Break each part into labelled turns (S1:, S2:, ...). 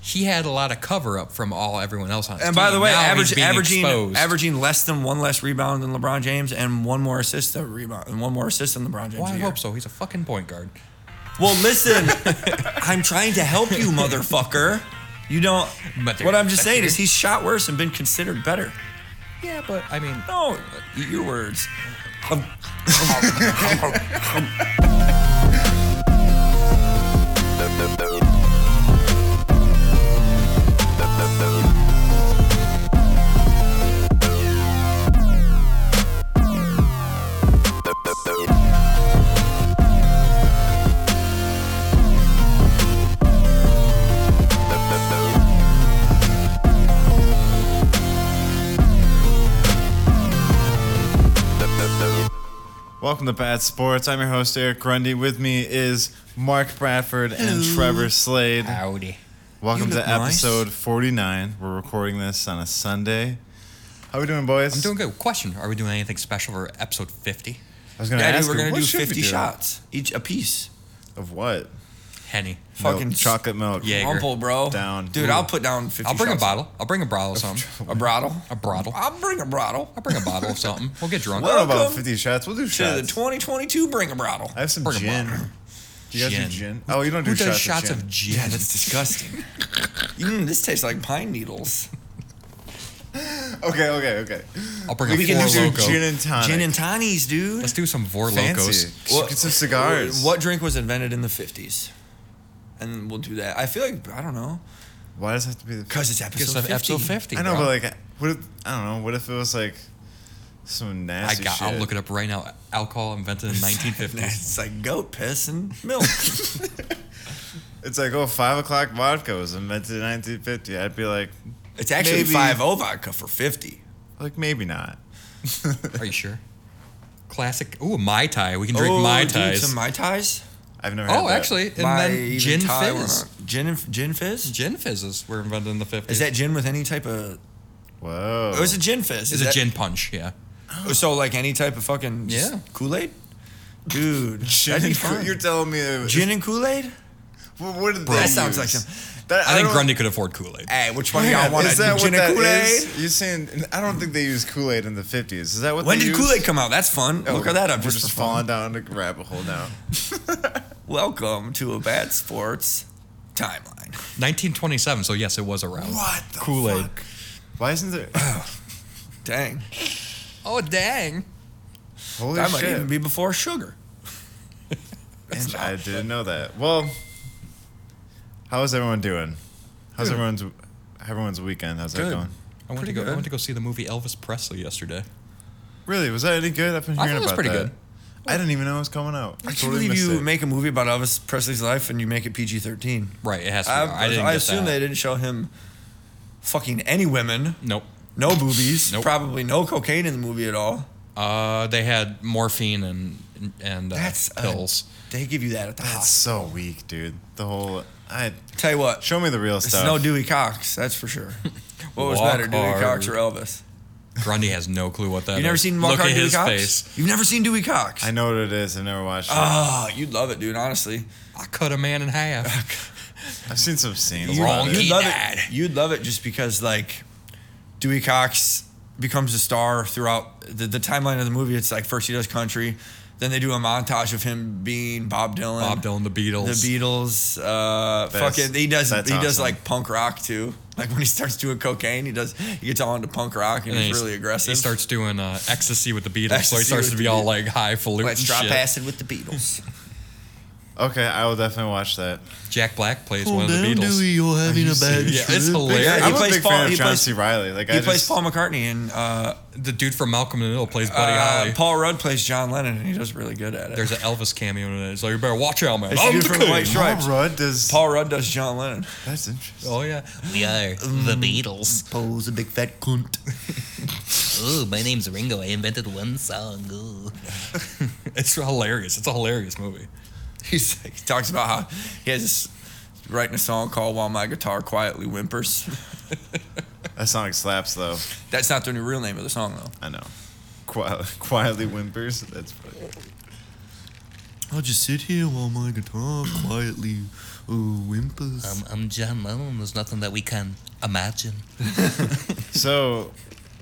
S1: he had a lot of cover up from all everyone else on his
S2: And by
S1: team.
S2: the way,
S1: Now he's
S2: average,
S1: being
S2: averaging
S1: exposed.
S2: averaging less than one less rebound than LeBron James and one more assist than rebound and one more assist than LeBron James.
S1: Well,
S2: a
S1: I
S2: year.
S1: hope so. He's a fucking point guard.
S2: Well, listen, I'm trying to help you, motherfucker. You don't.
S1: Mother-
S2: what I'm just saying is he's shot worse and been considered better.
S1: Yeah, but I mean,
S2: No, eat your words.
S3: Welcome to Bad Sports. I'm your host Eric Grundy. With me is Mark Bradford and Trevor Slade.
S1: howdy.
S3: Welcome
S2: You
S3: to
S2: look nice.
S3: episode 49. We're recording this on a Sunday. How we doing, boys?
S1: I'm doing good. Question: Are we doing anything special for episode 50?
S3: I was gonna
S2: Yeah,
S3: ask
S2: dude, we're
S3: you,
S2: gonna
S3: what
S2: do
S3: should we
S2: 50
S3: do?
S2: shots each a piece.
S3: of what?
S1: Henny.
S2: Fucking
S3: Milk, chocolate milk.
S1: Yeah. Jaeger.
S2: Rumple, bro.
S3: Down.
S2: dude.
S3: Ooh.
S2: I'll put down 50.
S1: I'll bring a
S2: shots.
S1: bottle. I'll bring a bottle of something.
S2: A bottle.
S1: A bottle.
S2: I'll bring a bottle.
S1: I'll bring a bottle of something. We'll get drunk.
S3: I don't know about
S2: Welcome
S3: 50 shots. We'll do
S2: To
S3: shots.
S2: the 2022, bring a bottle.
S3: I have some
S1: Bring 'em
S3: gin. Do you guys
S1: Gin.
S3: do gin? Oh, you don't do
S1: Who
S3: shots,
S1: does shots
S3: of gin.
S1: of gin?
S2: that's disgusting. mm, this tastes like pine needles.
S3: Okay, okay, okay.
S1: I'll bring
S3: We
S1: a
S3: can
S1: four
S3: do
S1: loco.
S3: gin and tonic.
S2: Gin and tonics, dude.
S1: Let's do some four
S3: Fancy.
S1: locos.
S3: Should Get some cigars.
S2: What drink was invented in the 50s? And we'll do that. I feel like I don't know
S3: Why does it have to be the
S2: because it's episode
S1: Because
S2: 50.
S1: of episode 50.
S3: I know,
S1: bro.
S3: but like, what? If, I don't know. What if it was like some
S1: I
S3: nasty
S1: got.
S3: shit?
S1: I'll look it up right now. Alcohol invented in 1950s.
S2: It's like goat piss and milk.
S3: It's like, oh, five o'clock vodka was invented in 1950. I'd be like,
S2: it's actually
S3: Maybe.
S2: five o vodka for 50.
S3: like maybe not.
S1: Are you sure? Classic. Ooh, a mai tai. We can drink
S2: Oh,
S1: mai
S2: dude,
S1: tais.
S2: Some mai tais.
S3: I've never. had
S1: oh,
S3: that.
S1: actually, and
S2: Mai
S1: then
S2: even
S1: gin
S2: Thai or
S1: fizz.
S2: not. Gin and gin fizz.
S1: Gin fizzes were invented in the 50s.
S2: Is that gin with any type of?
S3: Whoa.
S2: Oh, it's a gin fizz.
S1: Is
S2: it
S1: a gin punch? Yeah.
S2: So like any type of fucking just
S1: Yeah.
S2: Kool-Aid, dude.
S3: gin.
S2: that'd be
S3: and-
S2: fun.
S3: You're telling me it was,
S2: gin and Kool-Aid.
S3: What, what did
S2: Bro,
S3: they
S2: that sounds
S3: use?
S2: like some-
S3: That,
S1: I, think
S3: don't-
S1: Grundy could afford Kool Aid.
S2: Hey, which one do
S3: Hang
S2: y'all
S3: on,
S2: want?
S3: Is that
S2: gin
S3: what that
S2: and Kool-Aid.
S3: is? You're saying I don't think they used Kool Aid in the 50s. Is that what?
S2: When
S3: they
S2: did
S3: used?
S2: Kool-Aid come out? That's fun.
S3: Oh,
S2: Look at that up.
S3: We're
S2: Just,
S3: just,
S2: for fun.
S3: falling down a rabbit hole now.
S2: Welcome to a bad sports timeline.
S1: 1927. So yes, it was around.
S2: What the
S1: Kool-Aid.
S2: fuck?
S3: Why isn't there?
S2: Dang,
S1: Oh dang!
S3: Holy
S2: that might
S3: shit!
S2: even be before sugar.
S3: And I didn't know that. Well, how is everyone doing? How's everyone's everyone's weekend? How's
S2: Good.
S3: that going?
S1: I went
S2: Pretty
S1: to go.
S2: good.
S1: I went to go see the movie Elvis Presley yesterday.
S3: Really, was that any good? I've been
S1: I
S3: hearing
S1: thought it was
S3: about
S1: pretty
S3: that.
S1: good.
S3: I didn't even know it was coming out.
S2: I can't
S3: Totally
S2: believe
S3: missed
S2: you
S3: it.
S2: make a movie about Elvis Presley's life and you make it PG-13.
S1: Right. It has. To be.
S2: I,
S1: I didn't.
S2: I
S1: get
S2: assume
S1: that.
S2: they didn't show him fucking any women,
S1: Nope.
S2: no boobies,
S1: Nope.
S2: probably no cocaine in the movie at all.
S1: Uh, they had morphine and and uh,
S2: That's a-
S1: pills.
S2: They give you that at the
S3: That's
S2: hospital.
S3: so weak, dude. The whole I
S2: Tell you what,
S3: show me the real
S2: it's
S3: stuff.
S2: no Dewey Cox, that's for sure. What was
S1: Walk
S2: better, Dewey
S1: hard.
S2: Cox or Elvis?
S1: Grundy has no clue what that
S2: You've never
S1: is.
S2: seen Walk
S1: Look
S2: Hard
S1: at
S2: Dewey
S1: his
S2: Cox?
S1: face.
S2: You've never seen Dewey Cox?
S3: I know what it is. I've never watched it.
S2: Ah, you'd love it, dude. Honestly,
S1: I cut a man in half.
S3: I've seen some scenes.
S1: You-
S3: about
S1: wrong.
S3: it.
S2: you'd
S1: He
S2: love
S1: died.
S2: it. You'd love it just because like Dewey Cox becomes a star throughout the, the timeline of the movie. It's like first he does country, then they do a montage of him being Bob Dylan,
S1: Bob Dylan, the Beatles.
S2: the Beatles. Uh,
S3: That's-
S2: fucking, he does he
S3: that's
S2: does
S3: awesome.
S2: like punk rock too. Like when he starts doing cocaine, he does he gets all into punk rock and,
S1: And then
S2: he's
S1: he-
S2: really aggressive.
S1: He starts doing uh, ecstasy with the Beatles, so
S2: Ecstasy
S1: he starts
S2: with
S1: to
S2: the
S1: be all
S2: Beatles.
S1: like highfalutin
S2: let's drop
S1: shit.
S2: acid with the Beatles.
S3: Okay, I will definitely watch that.
S1: Jack Black plays one of the Beatles.
S3: Oh, you're having a bad
S1: Yeah, it's hilarious.
S2: Yeah, he
S3: I'm a
S2: plays
S3: big
S2: Paul-
S3: fan
S2: he
S3: of John
S2: plays-
S3: C. Riley. Like
S2: he
S3: I
S2: plays
S3: just,
S2: Paul McCartney and uh,
S1: The dude from Malcolm in the Middle plays Buddy
S2: uh,
S1: Holly.
S2: Paul Rudd plays John Lennon, and he does really good at it.
S1: There's an Elvis cameo in it. So you better watch out, man.
S2: It's
S1: I'm
S2: dude
S1: the
S2: from
S1: king.
S2: White Stripes.
S3: Paul Rudd does.
S2: Paul Rudd does John Lennon.
S3: That's interesting.
S1: Oh yeah.
S4: We are the Beatles.
S2: Paul's a big fat cunt.
S4: Ooh, my name's Ringo. I invented one song. Ooh.
S1: It's hilarious. It's a hilarious movie.
S2: He's like, he talks about how he has this, writing a song called "While My Guitar Quietly Whimpers."
S3: That song slaps though.
S2: That's not the real name of the song though.
S3: I know. Quietly, quietly whimpers. That's funny.
S5: I'll just sit here while my guitar quietly
S1: Ooh, whimpers.
S3: Um,
S4: I'm, Um, I'm John Lennon. There's nothing that we can imagine.
S3: So,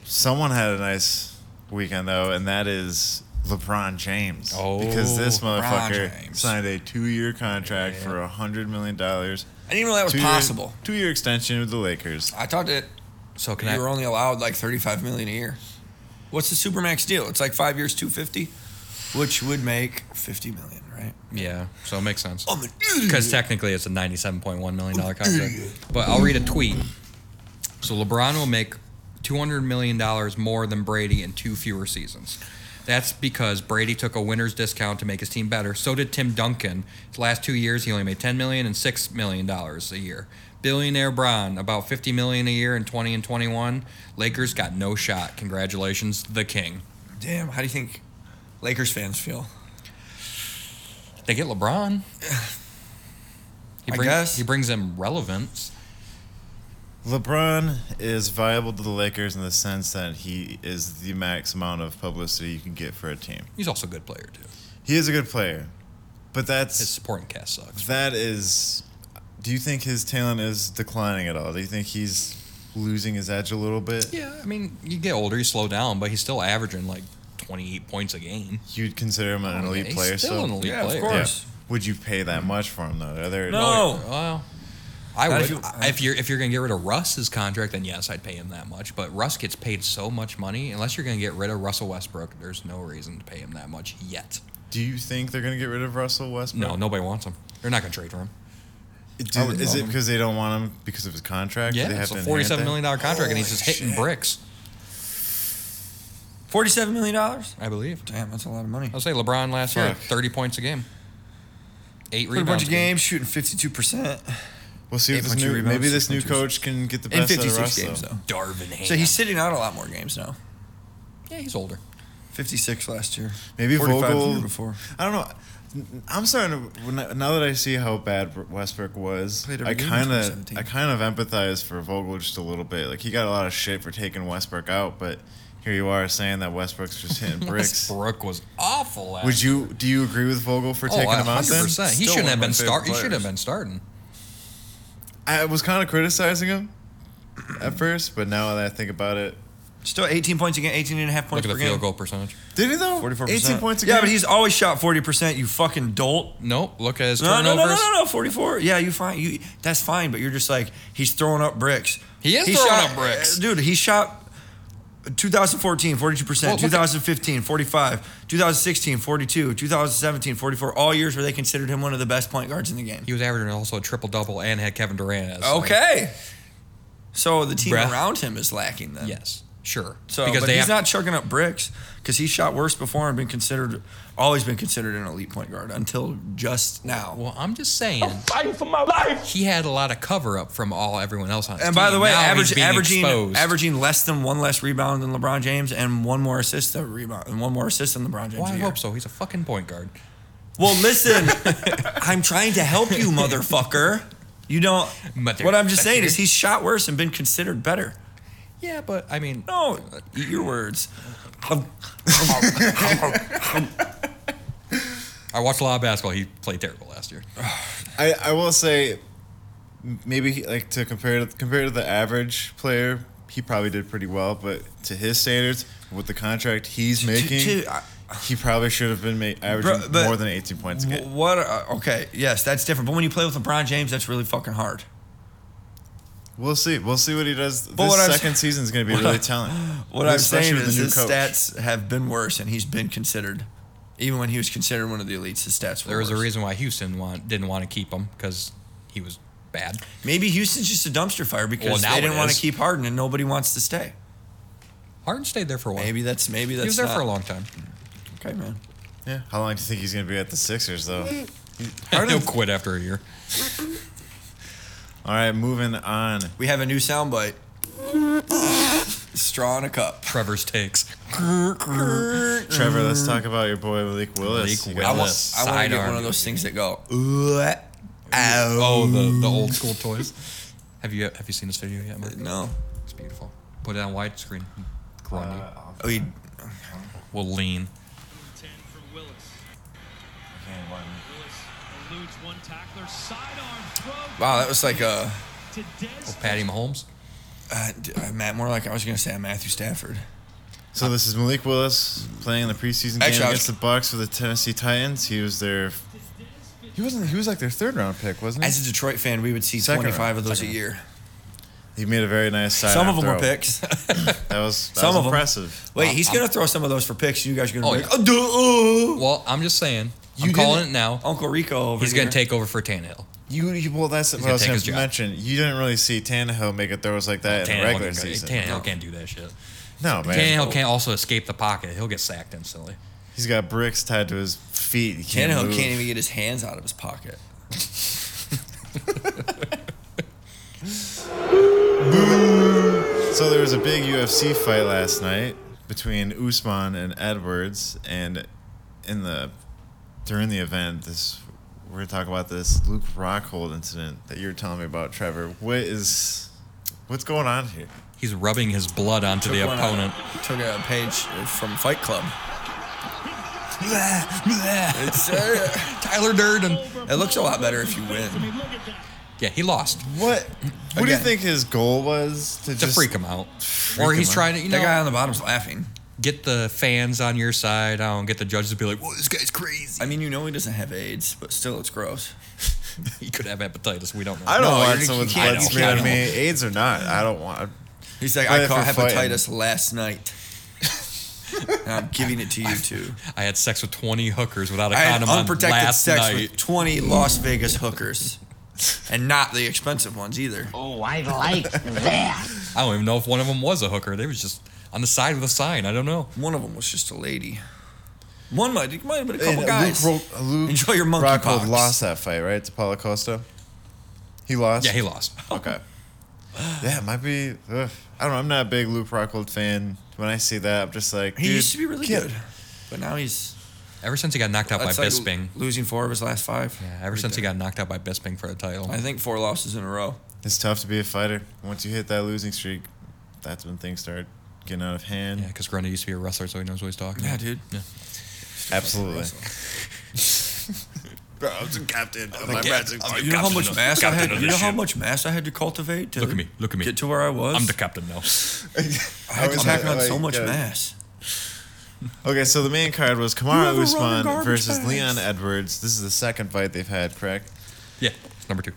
S3: someone had a nice weekend though, and that is LeBron James.
S1: Oh,
S3: because this
S1: LeBron
S3: motherfucker
S2: James.
S3: signed a two-year contract for a hundred million dollars.
S2: I didn't even know that was possible.
S3: Two-year extension with the Lakers.
S2: I thought that
S1: So can
S2: you
S1: I?
S2: were only allowed like thirty-five million a year. What's the supermax deal? It's like five years, two fifty, which would make fifty million, right?
S1: Yeah, so it makes sense.
S2: I'm an idiot.
S1: Because technically it's a $97.1 million contract. But I'll read a tweet. So LeBron will make $200 million more than Brady in two fewer seasons. That's because Brady took a winner's discount to make his team better. So did Tim Duncan. His last two years, he only made $10 million and $6 million a year. Billionaire Bron, about $50 million a year in 20 and 21. Lakers got no shot. Congratulations, the king.
S2: Damn, how do you think Lakers fans feel?
S1: They get LeBron. He
S2: I
S1: bring-
S2: guess.
S1: He brings them relevance.
S3: LeBron is viable to the Lakers in the sense that he is the max amount of publicity you can get for a team.
S1: He's also a good player too.
S3: He is a good player, but
S1: His
S3: that's
S1: supporting cast sucks.
S3: that is. Do you think his talent is declining at all? Do you think he's losing his edge a little bit?
S1: Yeah, I mean, you get older, you slow down, but he's still averaging like 28 points a game.
S3: You'd consider him an
S1: Oh, yeah,
S3: elite
S1: he's
S3: player,
S1: still
S3: so
S1: an elite
S2: Yeah, of
S1: player.
S2: course.
S3: Yeah. Would you pay that much for him though? Are there,
S2: No.
S1: Oh, well, I
S2: Not
S1: would.
S2: if
S1: If,
S2: you-
S1: you're if you're gonna get rid of Russ's contract, then yes, I'd pay him that much. But Russ gets paid so much money. Unless you're gonna get rid of Russell Westbrook, there's no reason to pay him that much yet.
S3: Do you think they're gonna get rid of Russell Westbrook?
S1: No, nobody wants him. They're not gonna trade for him.
S3: Do-
S2: I would
S3: is
S2: love
S3: it
S2: him.
S3: because they don't want him because of his contract?
S1: Yeah,
S3: they
S1: it's a
S3: inherit
S1: 47
S3: that?
S1: million dollar contract, and he's
S2: Holy
S1: just hitting
S2: shit.
S1: bricks.
S2: Forty-seven million dollars.
S1: I believe.
S2: Damn, that's a lot of money.
S1: I'll say LeBron last year,
S3: Fuck.
S1: 30 points a game, eight
S2: Put a
S1: rebounds.
S2: bunch of
S1: a game.
S2: games, shooting fifty-two percent
S3: We'll see
S2: Eight
S3: if this
S2: point two
S3: new
S2: rebounds,
S3: maybe
S2: six
S3: this new
S2: point two
S3: coach can get the
S2: in
S3: best out of
S2: fifty-six
S3: Russell.
S2: games though.
S1: Darvin Ham.
S2: So he's sitting out a lot more games now.
S1: yeah, he's older.
S2: Fifty-six last year.
S3: Maybe
S2: 45 the
S3: Vogel.
S2: year before.
S3: I don't know. I'm starting to when I- now that I see how bad Westbrook was.
S2: Played every
S3: I
S2: game in
S3: kind of
S2: 2017.
S3: I kind of empathize for Vogel just a little bit. Like he got a lot of shit for taking Westbrook out, but here you are saying that Westbrook's just hitting bricks.
S1: Westbrook was awful. Last
S3: Would you do you agree with Vogel for
S1: oh,
S3: taking him out then?
S1: 100%. He
S2: Still
S1: shouldn't
S2: one of
S1: have
S2: my
S1: been
S2: favorite
S1: start. He should
S2: players.
S1: have been starting.
S3: I was kind of criticizing him at first, but now that I think about it,
S2: Still eighteen points again, 18 and a half points
S1: Look at
S2: per
S1: the field
S2: game.
S1: goal percentage.
S3: did he though?
S2: 44%.
S3: 18 points a
S2: Yeah,
S3: game?
S2: but he's always shot 40%, you fucking dolt.
S1: Nope. Look at his
S2: No, no,
S1: turnovers.
S2: no, no, no, no, 44. Yeah, you fine. You that's fine, but you're just like he's throwing up bricks.
S1: He is throwing
S2: shot-
S1: up bricks.
S2: uh, Dude, he shot 2014 42%,
S1: Well, look at-
S2: 2015 45, 2016 42, 2017 44, all years where they considered him one of the best point guards in the game.
S1: He was averaging also a triple double and had Kevin Durant as like,
S2: Okay. So the team
S1: Bruh.
S2: around him is lacking then.
S1: yes, sure.
S2: So,
S1: because
S2: but
S1: they
S2: he's
S1: have,
S2: not chugging up bricks because he shot worse before and been considered, always been considered an elite point guard until just now.
S1: Well, I'm just saying
S5: fighting for my life.
S1: he had a lot of cover up from all everyone else on. His
S2: and by
S1: team.
S2: the way,
S1: Now he's
S2: average,
S1: being
S2: averaging
S1: exposed.
S2: averaging less than one less rebound than LeBron James and one more assist than rebound and one more assist than LeBron James.
S1: Well,
S2: a
S1: I
S2: year.
S1: hope so. He's a fucking point guard.
S2: Well, listen, I'm trying to help you, motherfucker. You don't.
S1: Mother-
S2: what I'm just saying
S1: fucker.
S2: is he's shot worse and been considered better.
S1: Yeah, but I mean,
S2: No, eat your words.
S1: I watched a lot of basketball. He played terrible last year.
S3: I, I will say, m- maybe he- like to compare to compare to the average player, he probably did pretty well. But to his standards, with the contract he's making,
S2: to- I-
S3: he probably should have been ma-
S2: Bro,
S3: averaging
S2: but-
S3: more than eighteen points a
S2: Wh-
S3: game.
S2: What? Are, okay, yes, that's different. But when you play with LeBron James, that's really fucking hard.
S3: We'll see. We'll see what he does.
S2: But what
S3: this
S2: I'm s-
S3: second season is going to be
S2: what I-
S3: really telling.
S2: What I'm
S3: Especially
S2: saying
S3: with the
S2: is
S3: new
S2: his
S3: coach.
S2: stats have been worse, and he's been considered, even when he was considered one of the elites, his stats were
S1: There was a
S2: worse.
S1: reason why Houston want, didn't want to keep him because he was bad.
S2: Maybe Houston's just a dumpster fire
S1: Well,
S2: because
S1: now
S2: they
S1: it
S2: didn't want
S1: is.
S2: to keep Harden, and nobody wants to stay.
S1: Harden stayed there for a while.
S2: Maybe that's maybe that's
S1: he was there
S2: not-
S1: for a long time.
S2: Okay, man.
S3: Yeah. How long do you think he's going to be at the Sixers though?
S2: Mm.
S1: He'll quit after a year.
S3: All right, moving on.
S2: We have a new soundbite. Straw in a cup.
S1: Trevor's takes.
S3: Trevor,
S2: Mm.
S3: let's talk about your boy Malik Willis.
S1: Malik
S3: You
S2: I
S3: got
S1: Willis.
S2: want,
S3: this.
S2: I want to get
S1: Sidearm.
S2: one of those things that go. Ooh, eh." ow.
S1: Oh, the, the old school toys. Have you have you seen this video yet, Mark?
S2: no.
S1: It's beautiful. Put it on widescreen. Grundy.
S3: Uh, I'll-
S2: We,
S1: we'll lean.
S6: Ten from Willis.
S3: I can't-
S6: Willis
S5: eludes one tackler. Sidearm throw
S2: Wow, that was like a
S5: to Dez.
S1: Oh, Patty Mahomes.
S2: uh, d- uh, Matt. More like I was gonna say a Matthew Stafford.
S3: So this is Malik Willis playing in the preseason
S2: Actually,
S3: game
S2: I was-
S3: against the Bucks for the Tennessee Titans. He was their. He wasn't. He was like their third round pick, wasn't he?
S2: As a Detroit fan, we would see
S3: Second
S2: 25
S3: round.
S2: of those
S3: Second
S2: a year.
S3: He made a very nice side.
S2: Some of them were picks.
S3: That was that
S2: Some
S3: was
S2: of 'em.
S3: impressive.
S2: Wait, he's gonna throw some of those for picks. You guys are gonna
S1: Oh,
S2: be like, oh, duh,
S1: Well, I'm just saying. I'm
S2: You
S1: calling
S2: didn't-
S1: it now.
S2: oh." Uncle Rico. Over
S1: He's going
S2: here.
S1: to take over for Tannehill.
S3: You, you well, that's what
S1: gonna
S3: I was
S1: take
S3: going
S1: his
S3: to
S1: job.
S3: mention. You didn't really see Tannehill make throws like that in the regular
S1: can't go-
S3: season.
S1: Tannehill can't do that shit.
S3: No man,
S1: Tannehill can't also escape the pocket. He'll get sacked instantly.
S3: he's got bricks tied to his feet. He can't
S2: Tannehill
S3: move.
S2: can't even get his hands out of his pocket.
S3: So there was a big UFC fight last night between Usman and Edwards, and in the during the event, this we're gonna talk about this Luke Rockhold incident that you were telling me about, Trevor. What is what's going on here?
S1: He's rubbing his blood onto the
S2: Took one out-
S1: opponent.
S2: took a page
S1: uh,
S2: from Fight Club. It's, uh,
S1: Tyler Durden.
S2: it looks a lot better if you
S5: I
S2: win.
S5: mean, look at that.
S1: Yeah, he lost.
S3: What what do you
S2: Again.
S3: think his goal was to
S1: To
S3: just
S1: freak him out. Or he's
S3: him out.
S1: trying to, you
S2: The guy
S1: know,
S2: on the bottom's laughing.
S1: get the fans on your side. I don't get the judges to be like, well, this guy's crazy.
S2: I mean, you know he doesn't have AIDS, but still, it's gross.
S1: He could have hepatitis. We don't know.
S3: I don't
S2: No,
S3: want
S2: you-
S3: someone's
S2: you can't-
S3: blood
S2: you
S3: smeared on
S2: can't.
S3: me, AIDS or not. I don't want.
S2: He's like,
S3: But
S2: I
S3: if
S2: caught
S3: you're fighting-
S2: hepatitis last night. And I'm giving it to you too.
S1: I had sex with 20 hookers without a
S2: I had
S1: condom on
S2: unprotected
S1: last
S2: sex
S1: night.
S2: with 20 Las Vegas hookers, and not the expensive ones either.
S6: Oh, I like that.
S1: I don't even know if one of them was a hooker. They was just on the side with a sign. I don't know.
S2: One of them was just a lady. One might, it might have been a
S3: And
S2: couple guys.
S3: Luke, Ro- Luke
S2: Enjoy your monkey
S3: Rockhold
S2: pox.
S3: lost that fight, right? To Paulo Costa. He lost.
S1: Yeah, he lost.
S3: Okay. Yeah, it might be. Ugh. I don't know. I'm not a big Luke Rockhold fan. When I see that, I'm just like,
S2: He
S3: dude,
S2: used to be really
S3: get-
S2: good, but now he's
S1: Ever since he got knocked out by
S2: that's like
S1: Bisping.
S2: losing four of his last five.
S1: Yeah, ever since he got knocked out by Bisping for the title.
S2: I think four losses in a row.
S3: It's tough to be a fighter. Once you hit that losing streak, that's when things start getting out of hand.
S1: Yeah, because Grundy used to be a wrestler, so he knows what he's talking
S2: Yeah,
S1: about.
S2: dude.
S3: Absolutely.
S2: Bro, I was a captain.
S3: of my magic
S2: You know how
S1: Oh, captain
S2: much
S1: of-
S2: mass I
S1: captain
S2: had.
S1: of
S2: You know
S1: this
S2: how
S1: ship.
S2: much mass I had to cultivate to
S1: Look at me, look at me.
S2: get to where I was.
S1: I'm the captain now.
S2: I had to
S3: was
S2: pack
S3: like-
S2: on so
S3: like,
S2: much
S3: uh,
S2: mass.
S3: Okay, so the main card was
S2: You have
S3: Kamara
S2: a running
S3: Usman
S2: garbage
S3: versus
S2: bags.
S3: Leon Edwards. This is the second fight they've had, correct?
S1: Yeah, it's number two.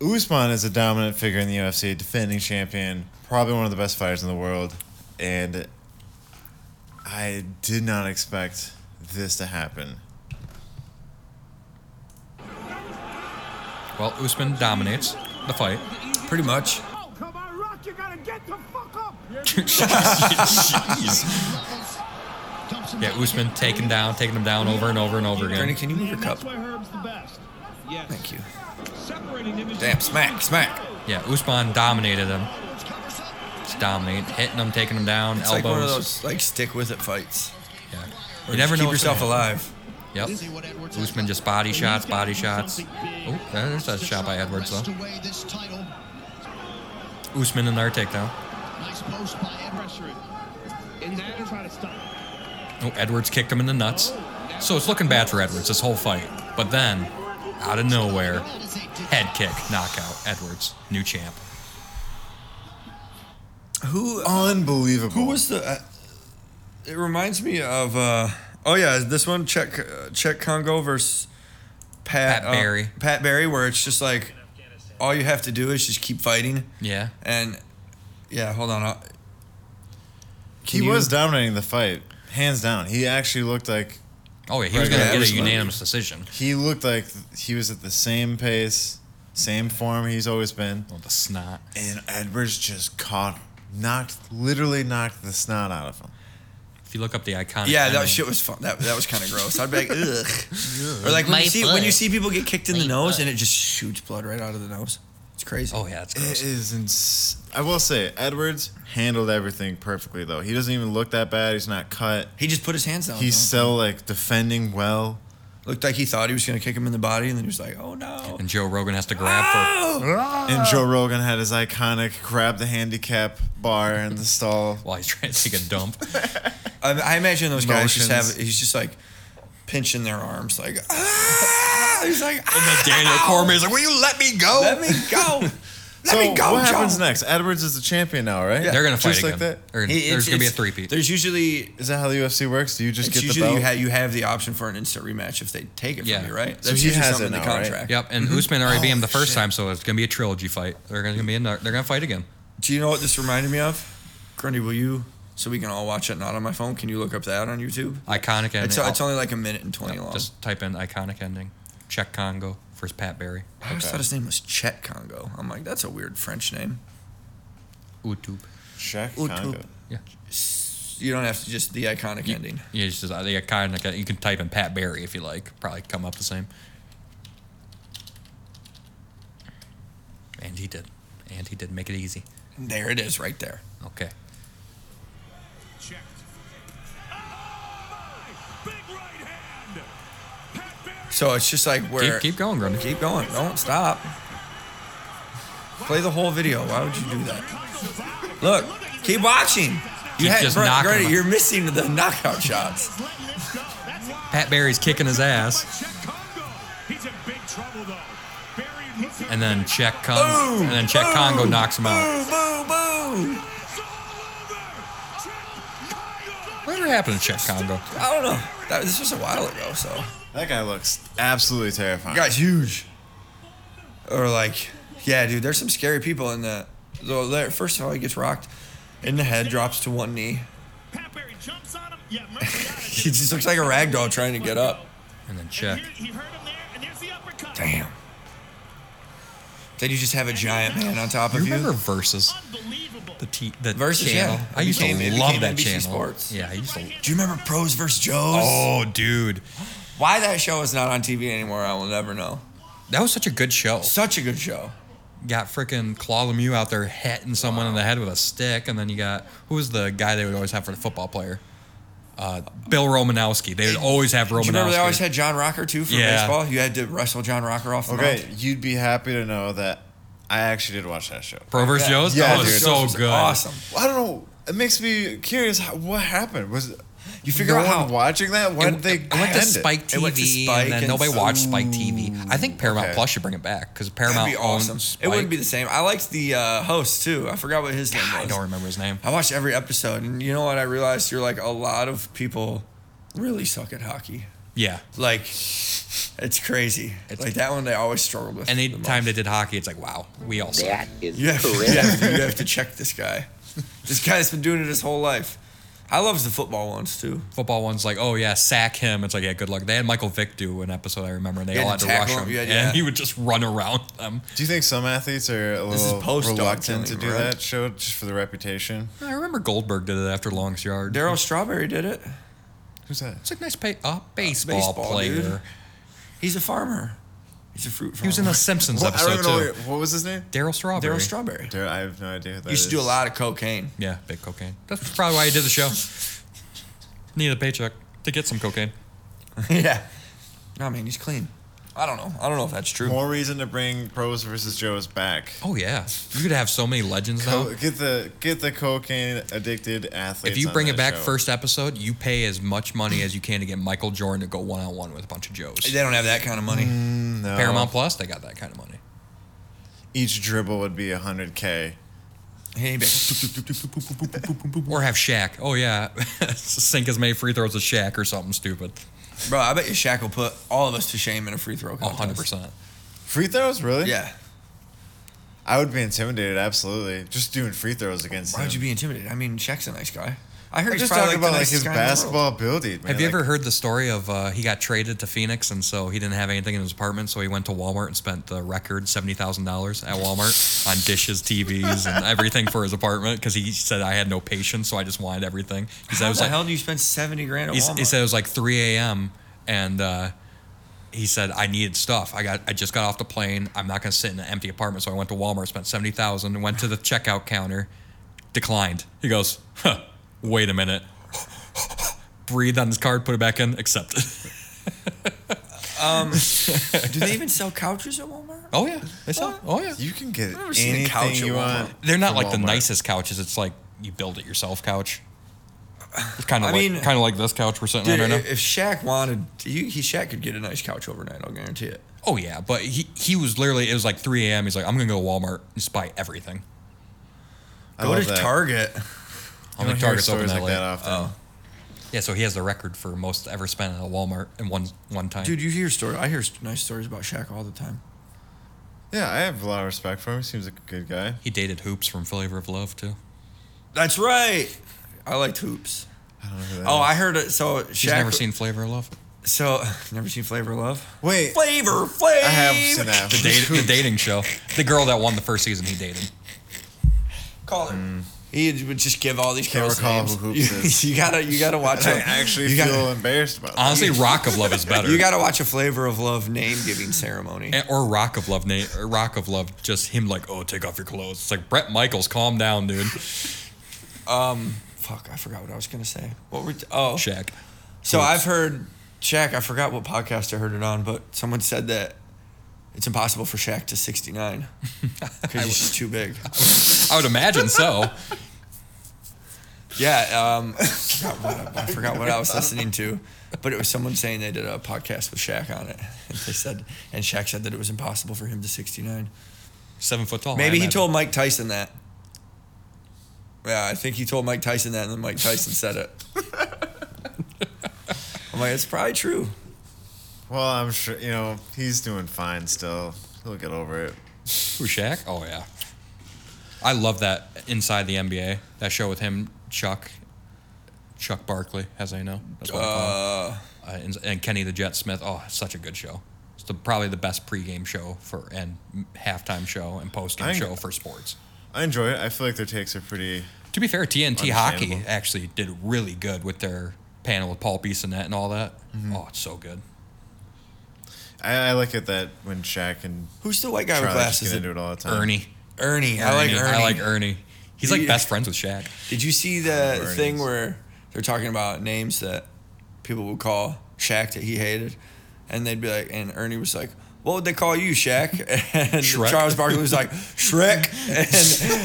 S3: Usman is a dominant figure in the UFC, defending champion, probably one of the best fighters in the world, and I did not expect this to happen.
S1: Well, Usman dominates the fight.
S2: Pretty much.
S5: Oh, come on, Rock, you gotta get the fuck up.
S1: Yeah, Usman taking down, taking him down over and over and over
S2: Brandon,
S1: again.
S2: can you move your cup?
S5: That's why Herb's the best. Yes.
S2: Thank you.
S5: Separating them is
S2: Damn, smack, smack.
S1: Yeah, Usman dominated him. Just dominate, hitting him, taking him down,
S2: It's
S1: elbows.
S2: like one of those like stick with it fights.
S1: yeah.
S2: Or
S1: You never know
S2: just keep
S1: what's gonna
S2: yourself alive.
S1: Yep. Usman just body shots, body shots. Oh, there's that shot by Edwards though. Usman another takedown.
S5: And now they're trying to stop.
S1: Oh, Edwards kicked him in the nuts. So it's looking bad for Edwards this whole fight. But then, out of nowhere, head kick, knockout. Edwards, new champ.
S2: Who
S3: Unbelievable.
S2: Who was the? Uh, it reminds me of. Uh, oh yeah, this one Czech uh, Czech Congo versus Pat,
S1: Pat Barry.
S2: uh, Pat Barry, where it's just like all you have to do is just keep fighting,
S1: Yeah.
S2: and yeah, hold on. I'll-
S3: He
S2: Can you-
S3: was dominating the fight, hands down. He actually looked like
S1: Oh yeah, he was
S2: Right,
S1: gonna
S2: yeah,
S1: get a
S2: Usman.
S1: unanimous decision.
S3: he looked like he was at the same pace, same form he's always been.
S1: Oh, the snot.
S3: And Edwards just caught him, knocked, literally knocked the snot out of him.
S1: If you look up the iconic.
S2: Yeah, that
S1: ending-
S2: shit was fun. That, that was kind of gross. I'd be like, ugh. Or like when
S4: My
S2: you, see, when you
S4: butt.
S2: see people get kicked in the
S4: My
S2: nose
S4: butt.
S2: and it just shoots blood right out of the nose. It's crazy.
S1: Oh yeah, that's
S3: It
S1: gross.
S3: is ins- I will say, Edwards handled everything perfectly though. He doesn't even look that bad. He's not cut.
S2: He just put his hands down.
S3: He's
S2: He's
S3: still like defending well.
S2: looked like he thought he was gonna kick him in the body, and then he was like, "Oh no!"
S1: And Joe Rogan has to
S2: Ah!
S1: grab for.
S3: And
S2: Uh.
S3: Joe Rogan had his iconic grab the handicap bar in the stall.
S1: While he's trying to take a dump.
S2: I, I imagine those guys just
S3: Motions.
S2: have. He's just like pinching their arms, like. "Ah!" ah, he's like,
S1: And then Daniel
S2: "Ow,
S1: Cormier's like, will you let me go?
S2: Let me go. Let
S3: So
S2: me go,
S3: what happens
S2: Joe."
S3: next? Edwards is the champion now, right?
S1: They're gonna fight
S3: Just
S1: again.
S3: like that.
S1: They're gonna-
S2: It- it's-
S1: there's gonna be a
S2: it's-
S1: three-peat.
S2: There's usually
S3: Is that how the UFC works? Do you just
S2: it's
S3: get the
S2: usually
S3: belt?
S2: you have you have the option for an instant rematch if they take it
S1: Yeah.
S2: from you, right?
S3: So
S2: That's
S3: he
S2: usually
S3: has
S2: something
S3: it
S2: in the
S3: now, right?
S2: contract.
S1: Yep, and Usman already beat him the
S2: Oh,
S1: first
S2: shit.
S1: time, so it's gonna be a trilogy fight. They're gonna be another, they're gonna fight again.
S2: Do you know what this reminded me of? Grundy, will you? So we can all watch it, not on my phone. Can you look up that on YouTube?
S1: Iconic ending. Oh,
S2: It's, it's only like a minute and twenty long.
S1: just type in iconic ending. Czech Congo versus Pat Barry.
S2: I always thought his name was Chet Congo. I'm like, that's a weird French name.
S1: Utub.
S3: Check
S2: Ooh,
S3: Congo.
S2: too.
S1: Yeah.
S2: You don't have to just the iconic ending.
S1: Yeah, it's just uh, the iconic. You can type in Pat Barry if you like. Probably come up the same. And he did. And he did make it easy.
S2: There it is, right there.
S1: Okay.
S5: Checked. Oh, my! Big right hand! Pat Barry
S2: So it's just like where
S1: Keep, keep going, Grundy.
S2: Keep going. Don't stop. Play the whole video. Why would you do that? Look, keep watching. You
S1: Keep
S2: had,
S1: just
S2: bro,
S1: knocking
S2: Grady,
S1: him.
S2: you're missing the knockout shots.
S5: is letting this go. That's it.
S1: Pat Barry's kicking his ass,
S5: Czech Congo. He's in big trouble though. Barry hits him.
S1: and then Czech Congo,
S2: Boom!
S1: and then Czech Congo
S2: boom,
S1: knocks him out.
S2: Boom! Boom! Boom!
S5: It's all over. Czech Congo.
S1: Whatever happened to Czech Congo?
S2: I don't know. That, this was a while ago, so.
S3: That guy looks absolutely terrifying.
S2: guy's huge. Or like, yeah, dude, there's some scary people in that. So there, first of all, he gets rocked in the head, drops to one knee.
S5: Pat Barry jumps on him. Yeah, Murphy got it.
S2: He just looks like a rag doll trying to get up.
S1: And then Czech.
S5: Here- he heard him there, and there's the uppercut.
S2: Damn. Then you just have a giant man on top of
S1: You
S2: you.
S1: remember versus
S5: Unbelievable.
S1: the t- the
S2: Versus,
S1: channel?
S2: yeah.
S1: I used
S2: It became-
S1: to
S2: it
S1: love
S2: became
S1: that
S2: NBC
S1: channel.
S2: Sports.
S1: Yeah, I used to.
S2: Do you remember Pros versus Joes?
S1: Oh, dude,
S2: Why that show is not on TV anymore, I will never know.
S1: that was such a good show.
S2: Such a good show.
S1: got freaking Claw Lemieux out there hitting someone in the head with a stick, and then you got who was the guy they would always have for the football player? Uh, Bill Romanowski. They would always have
S2: Do
S1: Romanowski.
S2: you remember they always had John Rocker too for
S1: Yeah.
S2: baseball? You had to wrestle John Rocker off the
S3: Okay,
S2: mound.
S3: you'd be happy to know that I actually did watch that show.
S1: Pro vs.
S2: Yeah.
S1: Joe's.
S3: Yeah,
S1: that was
S3: dude.
S1: so
S2: Joes was
S1: good.
S2: Awesome.
S3: I don't know. It makes me curious. How, what happened? Was it-
S2: You figure
S3: no
S2: out
S3: one
S2: how-
S3: watching that? Why
S1: It-
S3: did they
S1: it went to
S3: end
S1: Spike
S3: It?
S1: TV,
S2: It went to Spike
S1: and then
S2: and-
S1: nobody watched Spike TV. I think Paramount
S3: okay.
S1: Plus should bring it back because Paramount
S2: That'd be awesome.
S1: owns Spike.
S2: It wouldn't be the same. I liked the uh, host too. I forgot what his name was.
S1: I don't remember his name.
S2: I watched every episode, and you know what? I realized you're like a lot of people really suck at hockey.
S1: Yeah.
S2: Like, it's crazy. like that one, they always struggled with. the most.
S1: Anytime they did hockey, it's like, wow, we all suck.
S6: That is
S2: you have, you,
S6: correct.
S2: have, you have to check this guy. This guy's been doing it his whole life. I love the football ones too.
S1: Football one's like, oh yeah, sack him. It's like, yeah, good luck. They had Michael Vick do an episode I remember, and they
S2: Yeah,
S1: all had
S2: to
S1: to rush
S2: tackle
S1: him,
S2: him. Yeah,
S1: and
S2: yeah.
S1: he would just run around them.
S3: Do you think some athletes are a
S2: is
S3: little
S2: post-dog
S3: reluctant to
S2: killing,
S3: do
S2: right?
S3: that show just for the reputation?
S1: I remember Goldberg did it after Long's Yard.
S2: Daryl Strawberry did it.
S3: Who's that?
S1: It's like nice pay, uh, baseball,
S2: baseball,
S1: player.
S2: dude. He's a farmer. He's a fruit farmer.
S1: He was in the Simpsons
S3: Well, I don't
S1: episode
S3: even know
S1: too.
S3: what, what was his name.
S1: Daryl Strawberry.
S2: Daryl Strawberry.
S3: Dude, I have no idea. Who that
S2: Used to do a
S3: is.
S2: lot of cocaine.
S1: Yeah, big cocaine. That's probably why he did the show. Needed a paycheck to get some cocaine.
S2: yeah. No, man, he's clean. I don't know. I don't know if that's true.
S3: More reason to bring Pros versus Joes back.
S1: Oh yeah, you could have so many legends
S3: Co-
S1: now.
S3: get the get the cocaine addicted athletes.
S1: If you
S3: on
S1: bring
S3: that
S1: it back
S3: show.
S1: first episode, you pay as much money as you can to get Michael Jordan to go one on one with a bunch of Joes.
S2: They don't have that kind of money.
S3: No.
S1: Paramount Plus, they got that kind of money.
S3: each dribble would be 100k.
S2: Hey, babe.
S1: Or have Shaq. Oh yeah, sink as many free throws as Shaq or something stupid.
S2: Bro, I bet you Shaq will put all of us to shame in a free throw
S1: Oh,
S2: contest.
S1: 100 percent.
S3: Free throws, really?
S2: Yeah.
S3: I would be intimidated, absolutely. Just doing free throws against
S2: Why'd you
S3: him.
S2: be intimidated? I mean, Shaq's a nice guy. I heard
S3: I'm
S2: he's
S3: just
S2: probably
S3: talking
S2: like the
S3: about like
S2: nicest
S3: his
S2: guy in the world.
S3: basketball ability. Man.
S1: Have you
S3: Like,
S1: ever heard the story of uh, he got traded to Phoenix and so he didn't have anything in his apartment, so he went to Walmart and spent the record seventy thousand dollars at Walmart on dishes, TVs, and everything for his apartment because he said I had no patience, so I just wanted everything. Because I
S2: How
S1: was
S2: the
S1: like,
S2: hell do you spend seventy grand at
S1: he, s-
S2: Walmart?
S1: he said it was like three a.m. and uh, he said I needed stuff. I got I just got off the plane. I'm not gonna sit in an empty apartment, so I went to Walmart, spent seventy thousand, went to the checkout counter, declined. He goes, huh, wait a minute. Breathe on his card, put it back in, accept it.
S2: do they even sell couches at Walmart?
S1: Oh yeah, they sell. Oh yeah,
S3: You can get
S2: never seen a couch
S3: anything
S2: at
S3: you want.
S2: Walmart.
S1: they're not
S3: from
S1: like the
S3: Walmart.
S1: nicest couches. It's like you build it yourself couch. It's kind of
S2: I
S1: like
S2: mean-
S1: kind of like this couch we're sitting
S2: Dude,
S1: on right now.
S2: if, if Shaq wanted, he, he Shaq could get a nice couch overnight. I'll guarantee it.
S1: Oh yeah, but he he was literally it was like 3 a.m. He's like, I'm gonna go to Walmart and just buy everything.
S3: I
S2: Go
S3: love
S2: to
S3: that.
S2: Target.
S1: I
S3: You
S1: don't think
S3: don't hear
S1: Target's open
S3: stories
S1: that
S3: like
S1: late.
S3: that often.
S1: Oh. Yeah, so he has the record for most ever spent at a Walmart in one one time.
S2: Dude, you hear stories. I hear st- nice stories about Shaq all the time.
S3: Yeah, I have a lot of respect for him. He seems like a good guy.
S1: he dated Hoops from Flavor of Love too.
S2: That's right. I liked hoops.
S3: I don't know who that
S2: Oh,
S3: is.
S2: I heard it. So Shaq.
S1: She's never seen Flavor of Love.
S2: So never seen Flavor of Love.
S3: Wait.
S2: Flavor, Flav.
S3: I have seen that.
S1: The, date, the dating show. The girl that won the first season he dated.
S2: Call it. Mm. He would just give all these
S3: Can't
S2: girls
S3: recall
S2: names.
S3: who hoops is.
S2: you, you gotta, you gotta watch.
S3: I
S2: a-
S3: actually
S2: you
S3: feel
S2: gotta,
S3: embarrassed about that.
S1: Honestly, Rock of Love is better.
S2: you gotta watch a Flavor of Love name giving ceremony.
S1: And- or Rock of Love, Nate. or Rock of Love, just him like, oh, take off your clothes. It's like Brett Michaels, calm down, dude.
S2: Fuck, I forgot what I was gonna say. What were? oh,
S1: Shaq.
S2: So I've heard Shaq. I forgot what podcast I heard it on, but someone said that it's impossible for Shaq to 69 because he's just too big.
S1: I would imagine so.
S2: Yeah, um, I, forgot what I, I forgot what I was listening to, but it was someone saying they did a podcast with Shaq on it. And they said, and Shaq said that it was impossible for him to 69.
S1: Seven foot tall. I
S2: Maybe he
S1: imagine.
S2: told Mike Tyson that. Yeah, I think he told Mike Tyson that, and then Mike Tyson said it. I'm like, it's probably true.
S3: Well, I'm sure you know he's doing fine still. He'll get over it.
S1: Who, Shaq? Oh, yeah. I love that Inside the NBA, that show with him, Chuck, Chuck Barkley, as I know. That's what I call him. Uh, and, and Kenny the Jet Smith. Oh, it's such a good show. It's the, probably the best pregame show for and halftime show and
S3: I
S1: postgame
S3: think-
S1: show for sports.
S3: I enjoy it. I feel like their takes are pretty.
S1: To be fair, TNT Hockey
S3: Understandable.
S1: actually did really good with their panel with Paul Bissonnette and all that.
S2: Mm-hmm.
S1: Oh, it's so good.
S3: I, I like it that when Shaq and
S2: Who's the white guy
S3: Charlie
S2: with
S3: just
S2: glasses?
S3: get
S2: that-
S3: into it all the time.
S1: Ernie.
S2: Ernie. I like Ernie.
S1: I like Ernie. He's like
S2: Yeah.
S1: best friends with Shaq.
S2: Did you see the
S3: Ernie's.
S2: thing where they're talking about names that people would call Shaq that he hated, and they'd be like, and Ernie was like. What would they call you, Shaq? And
S1: Shrek.
S2: Charles Barkley was like, Shrek.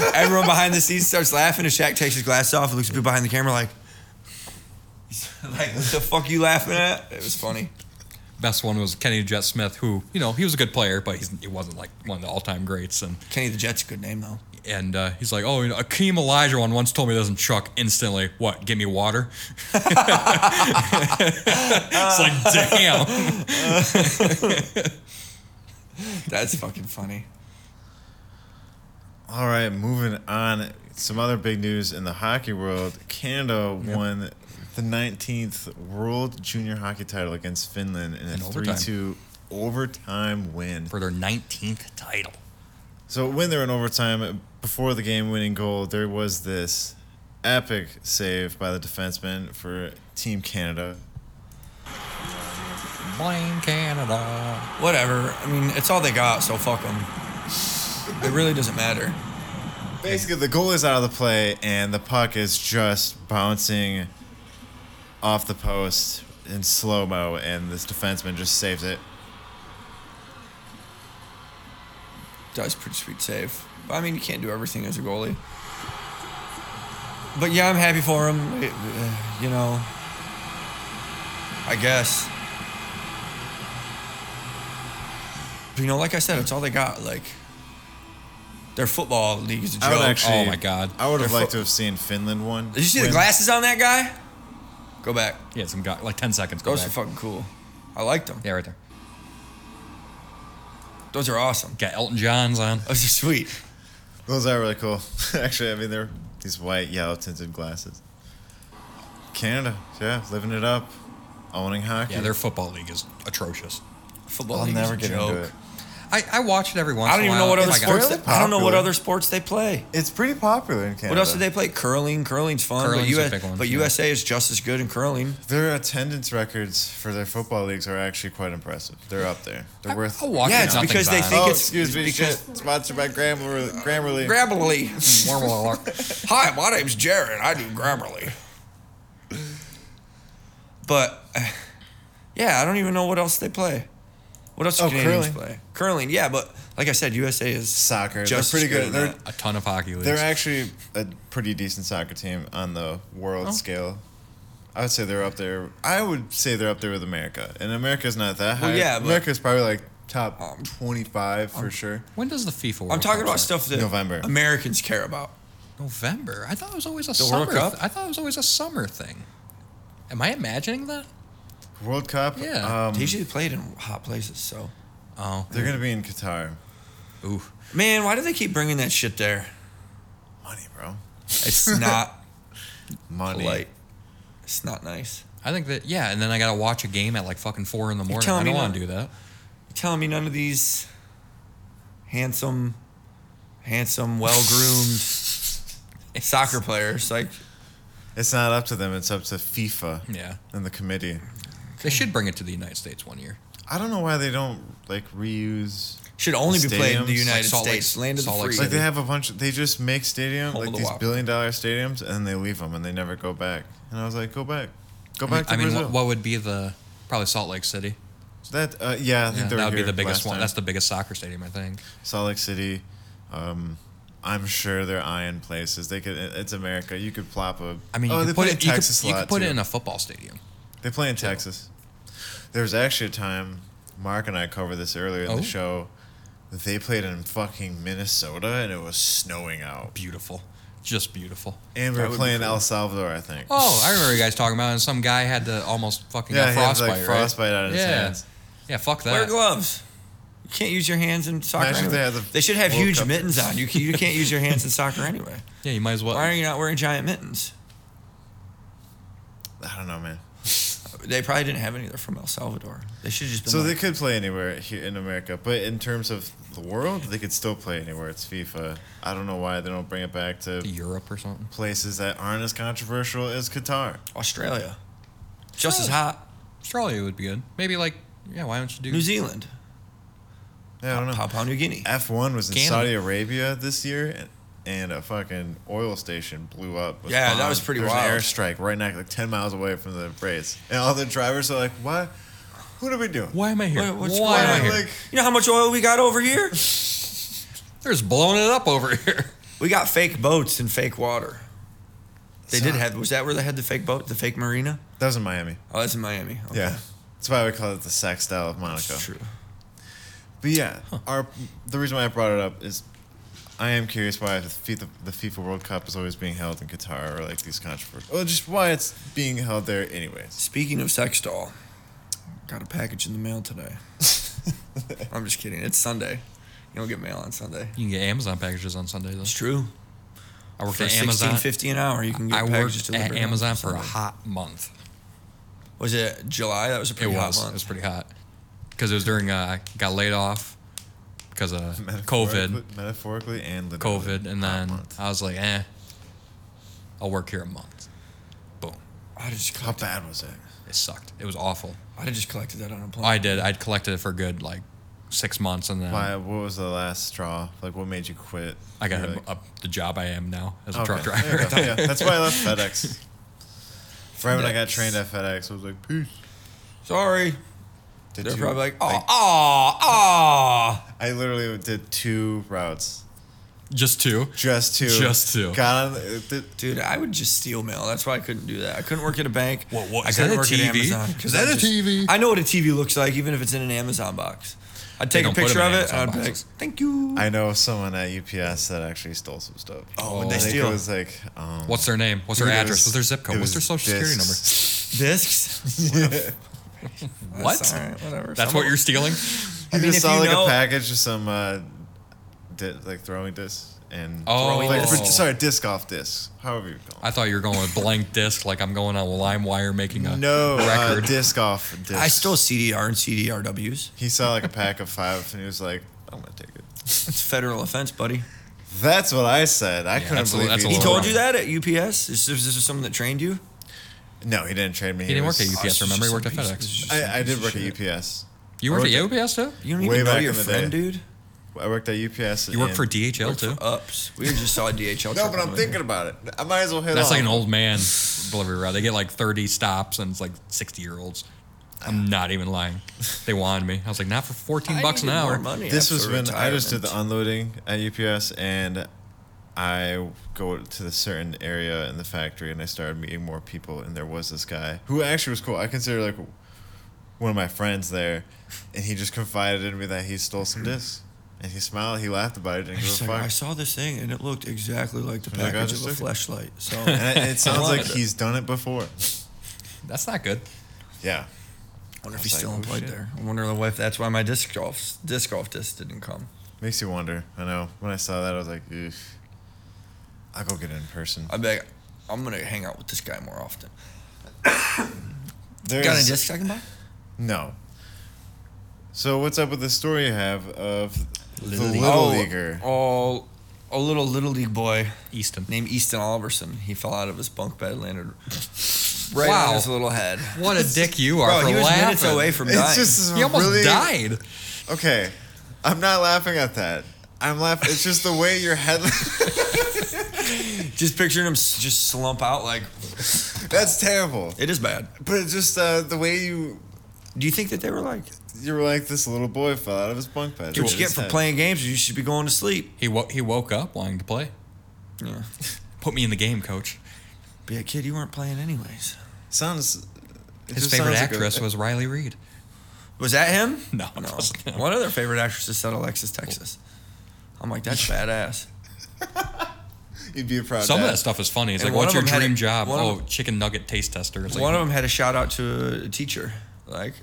S2: And everyone behind the scenes starts laughing, and Shaq takes his glasses off and looks at people behind the camera like, like, what the fuck you laughing at? It was funny.
S1: Best one was Kenny Jet Smith, who you know he was a good player, but he's, he wasn't like one of the all-time greats. And
S2: Kenny the Jet's a good name, though.
S1: and uh, he's like, oh, you know, Akeem Elijah one once told me he doesn't chuck instantly. What? Give me water. it's like damn.
S2: That's fucking funny.
S3: All right, moving on. Some other big news in the hockey world. Canada won the 19th World Junior Hockey title against Finland in a
S1: In overtime.
S3: 3-2 overtime win.
S1: For their 19th title.
S3: So when they were in overtime, before the game-winning goal, there was this epic save by the defenseman for Team Canada.
S1: Blame Canada.
S2: Whatever. I mean, it's all they got, so fuck them. It really doesn't matter.
S3: Basically, the goal is out of the play, and the puck is just bouncing off the post in slow mo, and this defenseman just saves it.
S2: That was a pretty sweet save. But, I mean, you can't do everything as a goalie. But yeah, I'm happy for him. It- uh, you know, I guess. You know, like I said, it's all they got. Like, their football league is a joke.
S3: I would actually.
S1: Oh my God.
S3: I would have
S2: Their fo-
S3: liked to have seen Finland one.
S2: Did you see the
S3: win.
S2: glasses on that guy? Go back.
S1: Yeah, some guy like 10 seconds. Go
S2: Those
S1: back.
S2: are fucking cool. I liked them.
S1: Yeah, right there.
S2: Those are awesome.
S1: Got Elton John's on.
S2: Those are sweet.
S3: Those are really cool. actually, I mean they're these white, yellow tinted glasses. Canada, yeah, living it up, owning hockey.
S1: Yeah, their football league is atrocious.
S2: Football
S3: I'll
S2: league
S3: never
S2: is a
S3: get
S2: joke.
S3: into it.
S1: I, I watch it every once.
S2: I don't
S1: in a
S2: even
S1: while.
S2: know what
S1: if
S2: other
S1: I got-
S2: sports.
S3: really
S2: I don't know what
S3: popular.
S2: other sports they play.
S3: It's pretty popular in Canada.
S2: What else do they play? Curling. Curling's fun.
S1: Curling's
S2: but
S1: a
S2: US
S1: big one,
S2: but
S1: yeah.
S2: USA is just as good in curling.
S3: Their attendance records for their football leagues are actually quite impressive. They're up there. They're worth.
S1: I'll watch
S2: Yeah,
S1: it.
S2: it's
S1: Nothing's
S2: because they
S1: on.
S2: think
S3: Oh,
S2: it's
S3: excuse me.
S2: because-
S3: shit. Sponsored by Grammarly. Grammarly.
S2: Grammarly.
S1: Warm alert.
S2: Hi, my name's Jared. I do Grammarly. But uh, yeah, I don't even know what else they play. What else do
S3: Oh,
S2: Canadians
S3: curling.
S2: play? Curling, yeah, but like I said, USA is
S3: Soccer.
S2: Just
S3: They're
S2: as
S3: pretty
S2: at
S3: good. They're
S2: that.
S1: a ton of hockey leagues.
S3: they're actually a pretty decent soccer team on the world scale. I would say they're up there. I would say they're up there with America, and America's not that high.
S2: Well, yeah, but- Um,
S3: America's probably like top 25 for sure.
S1: When does the FIFA? World
S2: I'm talking
S1: Cup
S2: about
S1: start?
S2: stuff that
S3: November.
S2: Americans care about.
S1: November. I thought it was always a
S2: The
S1: summer.
S2: World Cup?
S1: th- I thought it was always a summer thing. Am I imagining that?
S3: World Cup.
S1: Yeah.
S3: Um,
S2: They usually play it in hot places, so.
S1: Oh,
S3: they're gonna be in Qatar.
S1: ooh,
S2: Man, why do they keep bringing that shit there?
S3: Money, bro.
S2: It's not
S3: Money.
S2: polite. It's not nice.
S1: I think that yeah. And then I gotta watch a game at like fucking four in the morning.
S2: telling
S1: I don't
S2: me
S1: want to
S2: not-
S1: do that.
S2: You telling me none of these handsome, handsome, well groomed soccer players like
S3: It's not up to them. It's up to FIFA
S1: Yeah,
S3: and the committee.
S1: they should bring it to the United States one year.
S3: I don't know why they don't like reuse.
S2: should only be played in the
S3: Stadiums, like
S2: United
S1: Salt Lake-
S2: States, land of the
S1: Salt Lake
S2: free.
S1: City.
S3: Like they have a bunch. They just make stadium
S2: Hold
S3: like
S2: the
S3: these
S2: wop.
S3: billion dollar stadiums, and then they leave them and they never go back. And I was like, go back, go back
S1: I
S3: to
S1: mean,
S3: Brazil.
S1: what, what would be the probably Salt Lake City?
S3: that uh, yeah, I think
S1: Yeah,
S3: they
S1: that
S3: were
S1: would be
S3: here
S1: the biggest
S3: last
S1: one.
S3: time.
S1: That's the biggest soccer stadium, I think.
S3: Salt Lake City. Um, I'm sure they're eyeing places. They could. It's America. You could plop a.
S1: I mean, you
S3: oh,
S1: could
S3: they
S1: put
S3: play
S1: it.
S3: in
S1: You could,
S3: Texas a
S1: you
S3: lot
S1: could put
S3: too.
S1: it in a football stadium.
S3: They play in Texas. There was actually a time, Mark and I covered this earlier in
S1: Oh.
S3: the show. that They played in fucking Minnesota and it was snowing out.
S1: Beautiful, just beautiful.
S3: And we
S2: That
S3: were
S2: would be
S3: playing
S2: cool.
S3: El Salvador, I think.
S1: Oh, I remember you guys talking about it. And some guy had to almost fucking
S3: yeah,
S1: got
S3: he had
S1: frostbite.
S3: like
S1: right?
S3: frostbite out of his
S1: yeah.
S3: hands.
S1: Yeah, fuck
S2: Wear
S1: that.
S2: gloves. You can't use your hands in soccer.
S3: Imagine if
S2: anyway.
S3: they had the
S2: they should have
S3: World
S2: huge
S3: Cup.
S2: mittens on. You, can, you can't use your hands in soccer anyway.
S1: Yeah, you might as well.
S2: Why are you not wearing giant mittens?
S3: I don't know, man.
S2: They probably didn't have any. They're from El Salvador. They should have just been.
S3: So they
S2: like,
S3: could play anywhere here in America, but in terms of the world, they could still play anywhere. It's FIFA. I don't know why they don't bring it back
S1: to
S3: to
S1: Europe or something.
S3: places that aren't as controversial as Qatar.
S2: Australia, just
S3: Oh.
S2: as
S1: Really?
S2: hot.
S1: Australia would be good. Maybe like yeah, why don't you do
S2: New Zealand,
S3: Yeah, I don't know.
S2: Papua New Guinea.
S3: F1 was in
S1: Canada.
S3: Saudi Arabia this year, and, and a fucking oil station blew up. with
S2: Yeah, that was pretty
S3: there was
S2: wild.
S3: An airstrike right next, like ten miles away from the race, and all the drivers are like, "What? What are we doing?"
S1: Why am I here?
S2: What- what's
S1: why am
S2: going
S1: I
S2: on?
S1: here?
S3: Like,
S2: You know how much oil we got over here?
S1: They're just blowing it up over here.
S2: We got fake boats and fake water. They
S3: So-
S2: did have. Was that where they had the fake boat, the fake marina?
S3: that was in Miami.
S2: Oh, that's in Miami. Okay.
S3: Yeah, that's why we call it the sex style of Monaco.
S2: that's true.
S3: But yeah, our the reason why I brought it up is I am curious why the FIFA, the FIFA World Cup is always being held in Qatar or like these controversies. Well, just why it's being held there, anyways.
S2: Speaking of sex doll, got a package in the mail today. I'm just kidding. It's Sunday. You don't get mail on Sunday.
S1: You can get Amazon packages on Sunday though.
S2: It's true.
S1: I worked
S2: For
S1: at
S2: sixteen
S1: Amazon.
S2: fifty an hour, you can get
S1: I
S2: packages
S1: worked
S2: delivered.
S1: at
S2: on
S1: Amazon for a
S2: Sunday.
S1: hot month.
S2: Was it July? That was a
S1: It
S2: pretty
S1: was.
S2: hot
S1: It was
S2: month.
S1: pretty hot because it was during. Uh, I got laid off because of COVID.
S3: Metaphorically- metaphorically and literally.
S1: COVID, and
S3: Hot
S1: then
S3: month.
S1: I was like, eh, I'll work here a month. Boom.
S2: I just
S3: How
S2: collect-
S3: bad was it?
S1: It sucked. It was awful.
S2: I'd have just collected that on a plane.
S1: I did. I'd collected it for a good like six months, and then
S3: Why? What was the last straw? Like, what made you quit?
S1: I got
S3: You're
S1: a-
S3: like,
S1: a- the job I am now as a
S3: okay,
S1: truck
S3: there you
S1: driver.
S3: go. yeah, that's why I left FedEx. Right when I got trained at FedEx, I was like, peace.
S2: Sorry.
S3: Did
S2: They're
S3: two-
S2: probably like, oh,
S3: like,
S2: oh, oh.
S3: I literally did two routes,
S1: Just two.
S3: just two,
S1: Just two.
S3: Got on, the- the-
S2: Dude, I would just steal mail. That's why I couldn't do that. I couldn't work at a bank.
S1: What- what-
S2: I
S1: is
S2: couldn't
S1: that a
S2: work at
S1: TV?
S2: Amazon.
S1: Is
S2: 'cause
S1: that
S2: I
S1: a TV?
S2: I know what a TV looks like, even if it's in an Amazon box. I'd take a
S1: don't put 'em
S2: picture
S1: in
S2: of it
S1: Amazon
S2: and I'd be like,
S1: boxes.
S2: thank you.
S3: I know someone at UPS that actually stole some stuff.
S2: Oh, what'd they
S3: I think
S2: steal?
S3: It was like, um,
S1: What's their name? What's their
S3: it
S1: address? What's
S3: was-
S1: their zip code?
S3: it
S1: What's their
S3: was
S1: social security
S3: discs.
S2: Discs?
S1: number? What?
S2: That's all right, whatever.
S1: That's what you're stealing?
S3: I
S2: mean,
S3: just
S2: if
S3: saw
S2: you
S3: like
S2: know-
S3: a package of some uh, di- like throwing discs and
S1: Oh.
S3: like, for-
S1: discs.
S3: sorry, disc off discs, however you call.
S1: I thought you were going with blank disc, like I'm going on LimeWire making a
S3: it. No uh,
S1: record.
S3: disc off discs.
S2: I stole CDR and CDRWs.
S3: He saw like a pack of five and he was like, I'm gonna take it.
S2: It's federal offense, buddy.
S3: That's what I said. I couldn't
S1: that's a-
S3: believe
S1: that's a
S2: He
S1: Well,
S2: told
S1: right.
S2: you that at UPS? Is this, is this someone that trained you?
S3: No, he didn't trade me.
S1: he didn't work
S3: was-
S1: at UPS, remember? He worked at FedEx.
S3: I, I did work at UPS.
S1: You worked at UPS too?
S2: You don't
S3: Way
S2: even know
S3: back
S2: your
S3: in the
S2: friend,
S3: day.
S2: dude.
S3: I worked at UPS.
S1: You worked for
S3: and-
S1: DHL too?
S2: Ups. We just saw a DHL.
S3: No,
S2: truck
S3: but
S2: on
S3: I'm
S2: the way
S3: thinking
S2: here.
S3: about it. I might as well hit.
S1: That's like
S3: on.
S1: an old man delivery route. They get like 30 stops and it's like 60 year olds. I'm not even lying. They wanted me. I was like, not for 14
S2: I
S1: bucks an
S2: needed more
S1: hour.
S2: money
S3: This
S2: after
S3: was when I just did the
S2: retirement.
S3: unloading at UPS, and I go to the certain area in the factory, and I started meeting more people, and there was this guy who actually was cool. I consider like one of my friends there, and he just confided in me that he stole some discs. And he smiled, he laughed about it, didn't give
S2: He's
S3: a
S2: like, I
S3: fuck.
S2: saw this thing and it looked exactly like the
S3: Like, I
S2: package
S3: just
S2: of a
S3: took it.
S2: flashlight. So
S3: And it, it sounds
S2: wanted
S3: like
S2: it.
S3: he's done it before.
S1: That's not good.
S3: Yeah.
S2: wonder if he's
S3: I was
S2: still
S3: like, oh,
S2: employed
S3: shit.
S2: there. I wonder if that's why my disc golf disc golf disc didn't come.
S3: Makes you wonder. I know. When I saw that, I was like, oof. I'll go get it in person.
S2: I bet I'm gonna hang out with this guy more often.
S3: There's,
S2: Got a disc I can buy?
S3: No. So what's up with the story you have of the
S4: Little League.
S3: little
S2: oh,
S3: leaguer?
S2: Oh, a little little league boy
S1: Easton.
S2: named Easton Oliverson. He fell out of his bunk bed, landed right on
S1: Wow.
S2: his little head.
S1: What a dick you are
S2: Bro,
S1: for
S2: he was
S1: laughing.
S2: minutes away from
S3: It's
S2: dying.
S3: just
S2: Oh,
S1: he almost
S3: really-
S1: died.
S3: Okay, I'm not laughing at that. I'm laughing. It's just the way your head.
S2: Just picturing him s- just slump out like
S3: That's terrible.
S2: it is bad.
S3: But it's just uh, the way you
S2: Do you think that they were like
S3: you were like this little boy fell out of his bunk bed.
S2: what
S3: His
S2: you get for
S3: head.
S2: playing games? You should be going to sleep.
S1: He wo- he woke up wanting to play.
S2: Yeah.
S1: Put me in the game, coach.
S2: Be a kid. You weren't playing anyways.
S3: Sounds. it
S1: His
S3: just
S1: favorite
S3: sounds like a-
S1: actress was Riley Reed.
S2: Was that him?
S1: No, it
S2: no.
S1: wasn't him.
S2: One of their favorite actresses said Alexis Texas. I'm like, that's badass.
S3: You'd be a proud.
S1: Some of
S3: dad.
S1: that stuff is funny. It's
S2: And
S1: like,
S2: one
S1: what's your
S2: of them had
S1: dream
S2: a-
S1: job?
S2: one of
S1: Oh,
S2: them-
S1: chicken nugget taste tester. It's like,
S2: One of them had a shout out to a teacher, like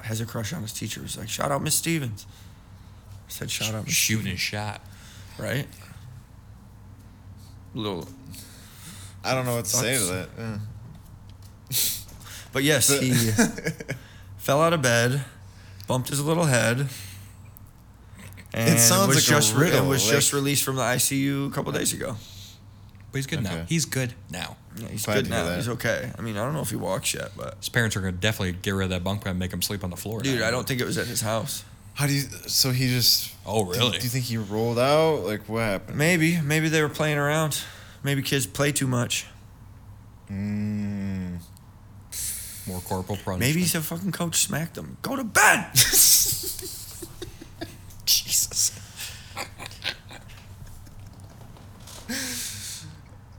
S2: has a crush on his teacher. Was like, shout out Miss Stevens. I said, shout out, Miss
S1: shooting his shot.
S2: right? Little,
S3: I don't know what to say to that.
S2: Sucks.
S3: Yeah.
S2: but yes, he fell out of bed, bumped his little head. And
S3: sounds
S2: was
S3: like a
S2: just re-
S3: riddle,
S2: It was
S3: like-
S2: just released from the ICU a couple days ago.
S1: But he's good now.
S3: Okay.
S1: He's good now.
S2: Yeah, he's
S3: Glad
S2: good
S3: to hear
S2: now.
S3: that.
S2: He's okay. I mean, I don't know if he walks yet, but
S1: His parents are gonna definitely get rid of that bunk bed and make him sleep on the floor.
S2: dude,
S1: now.
S2: I don't think it was at his house.
S3: How do you? So he just.
S1: Oh,
S3: do-
S1: really?
S3: Do you think he rolled out? Like what happened?
S2: Maybe, maybe they were playing around. Maybe kids play too much.
S3: Mm,
S1: more corporal punishment.
S2: Maybe he said fucking coach smacked him. Go to bed.
S1: Jesus.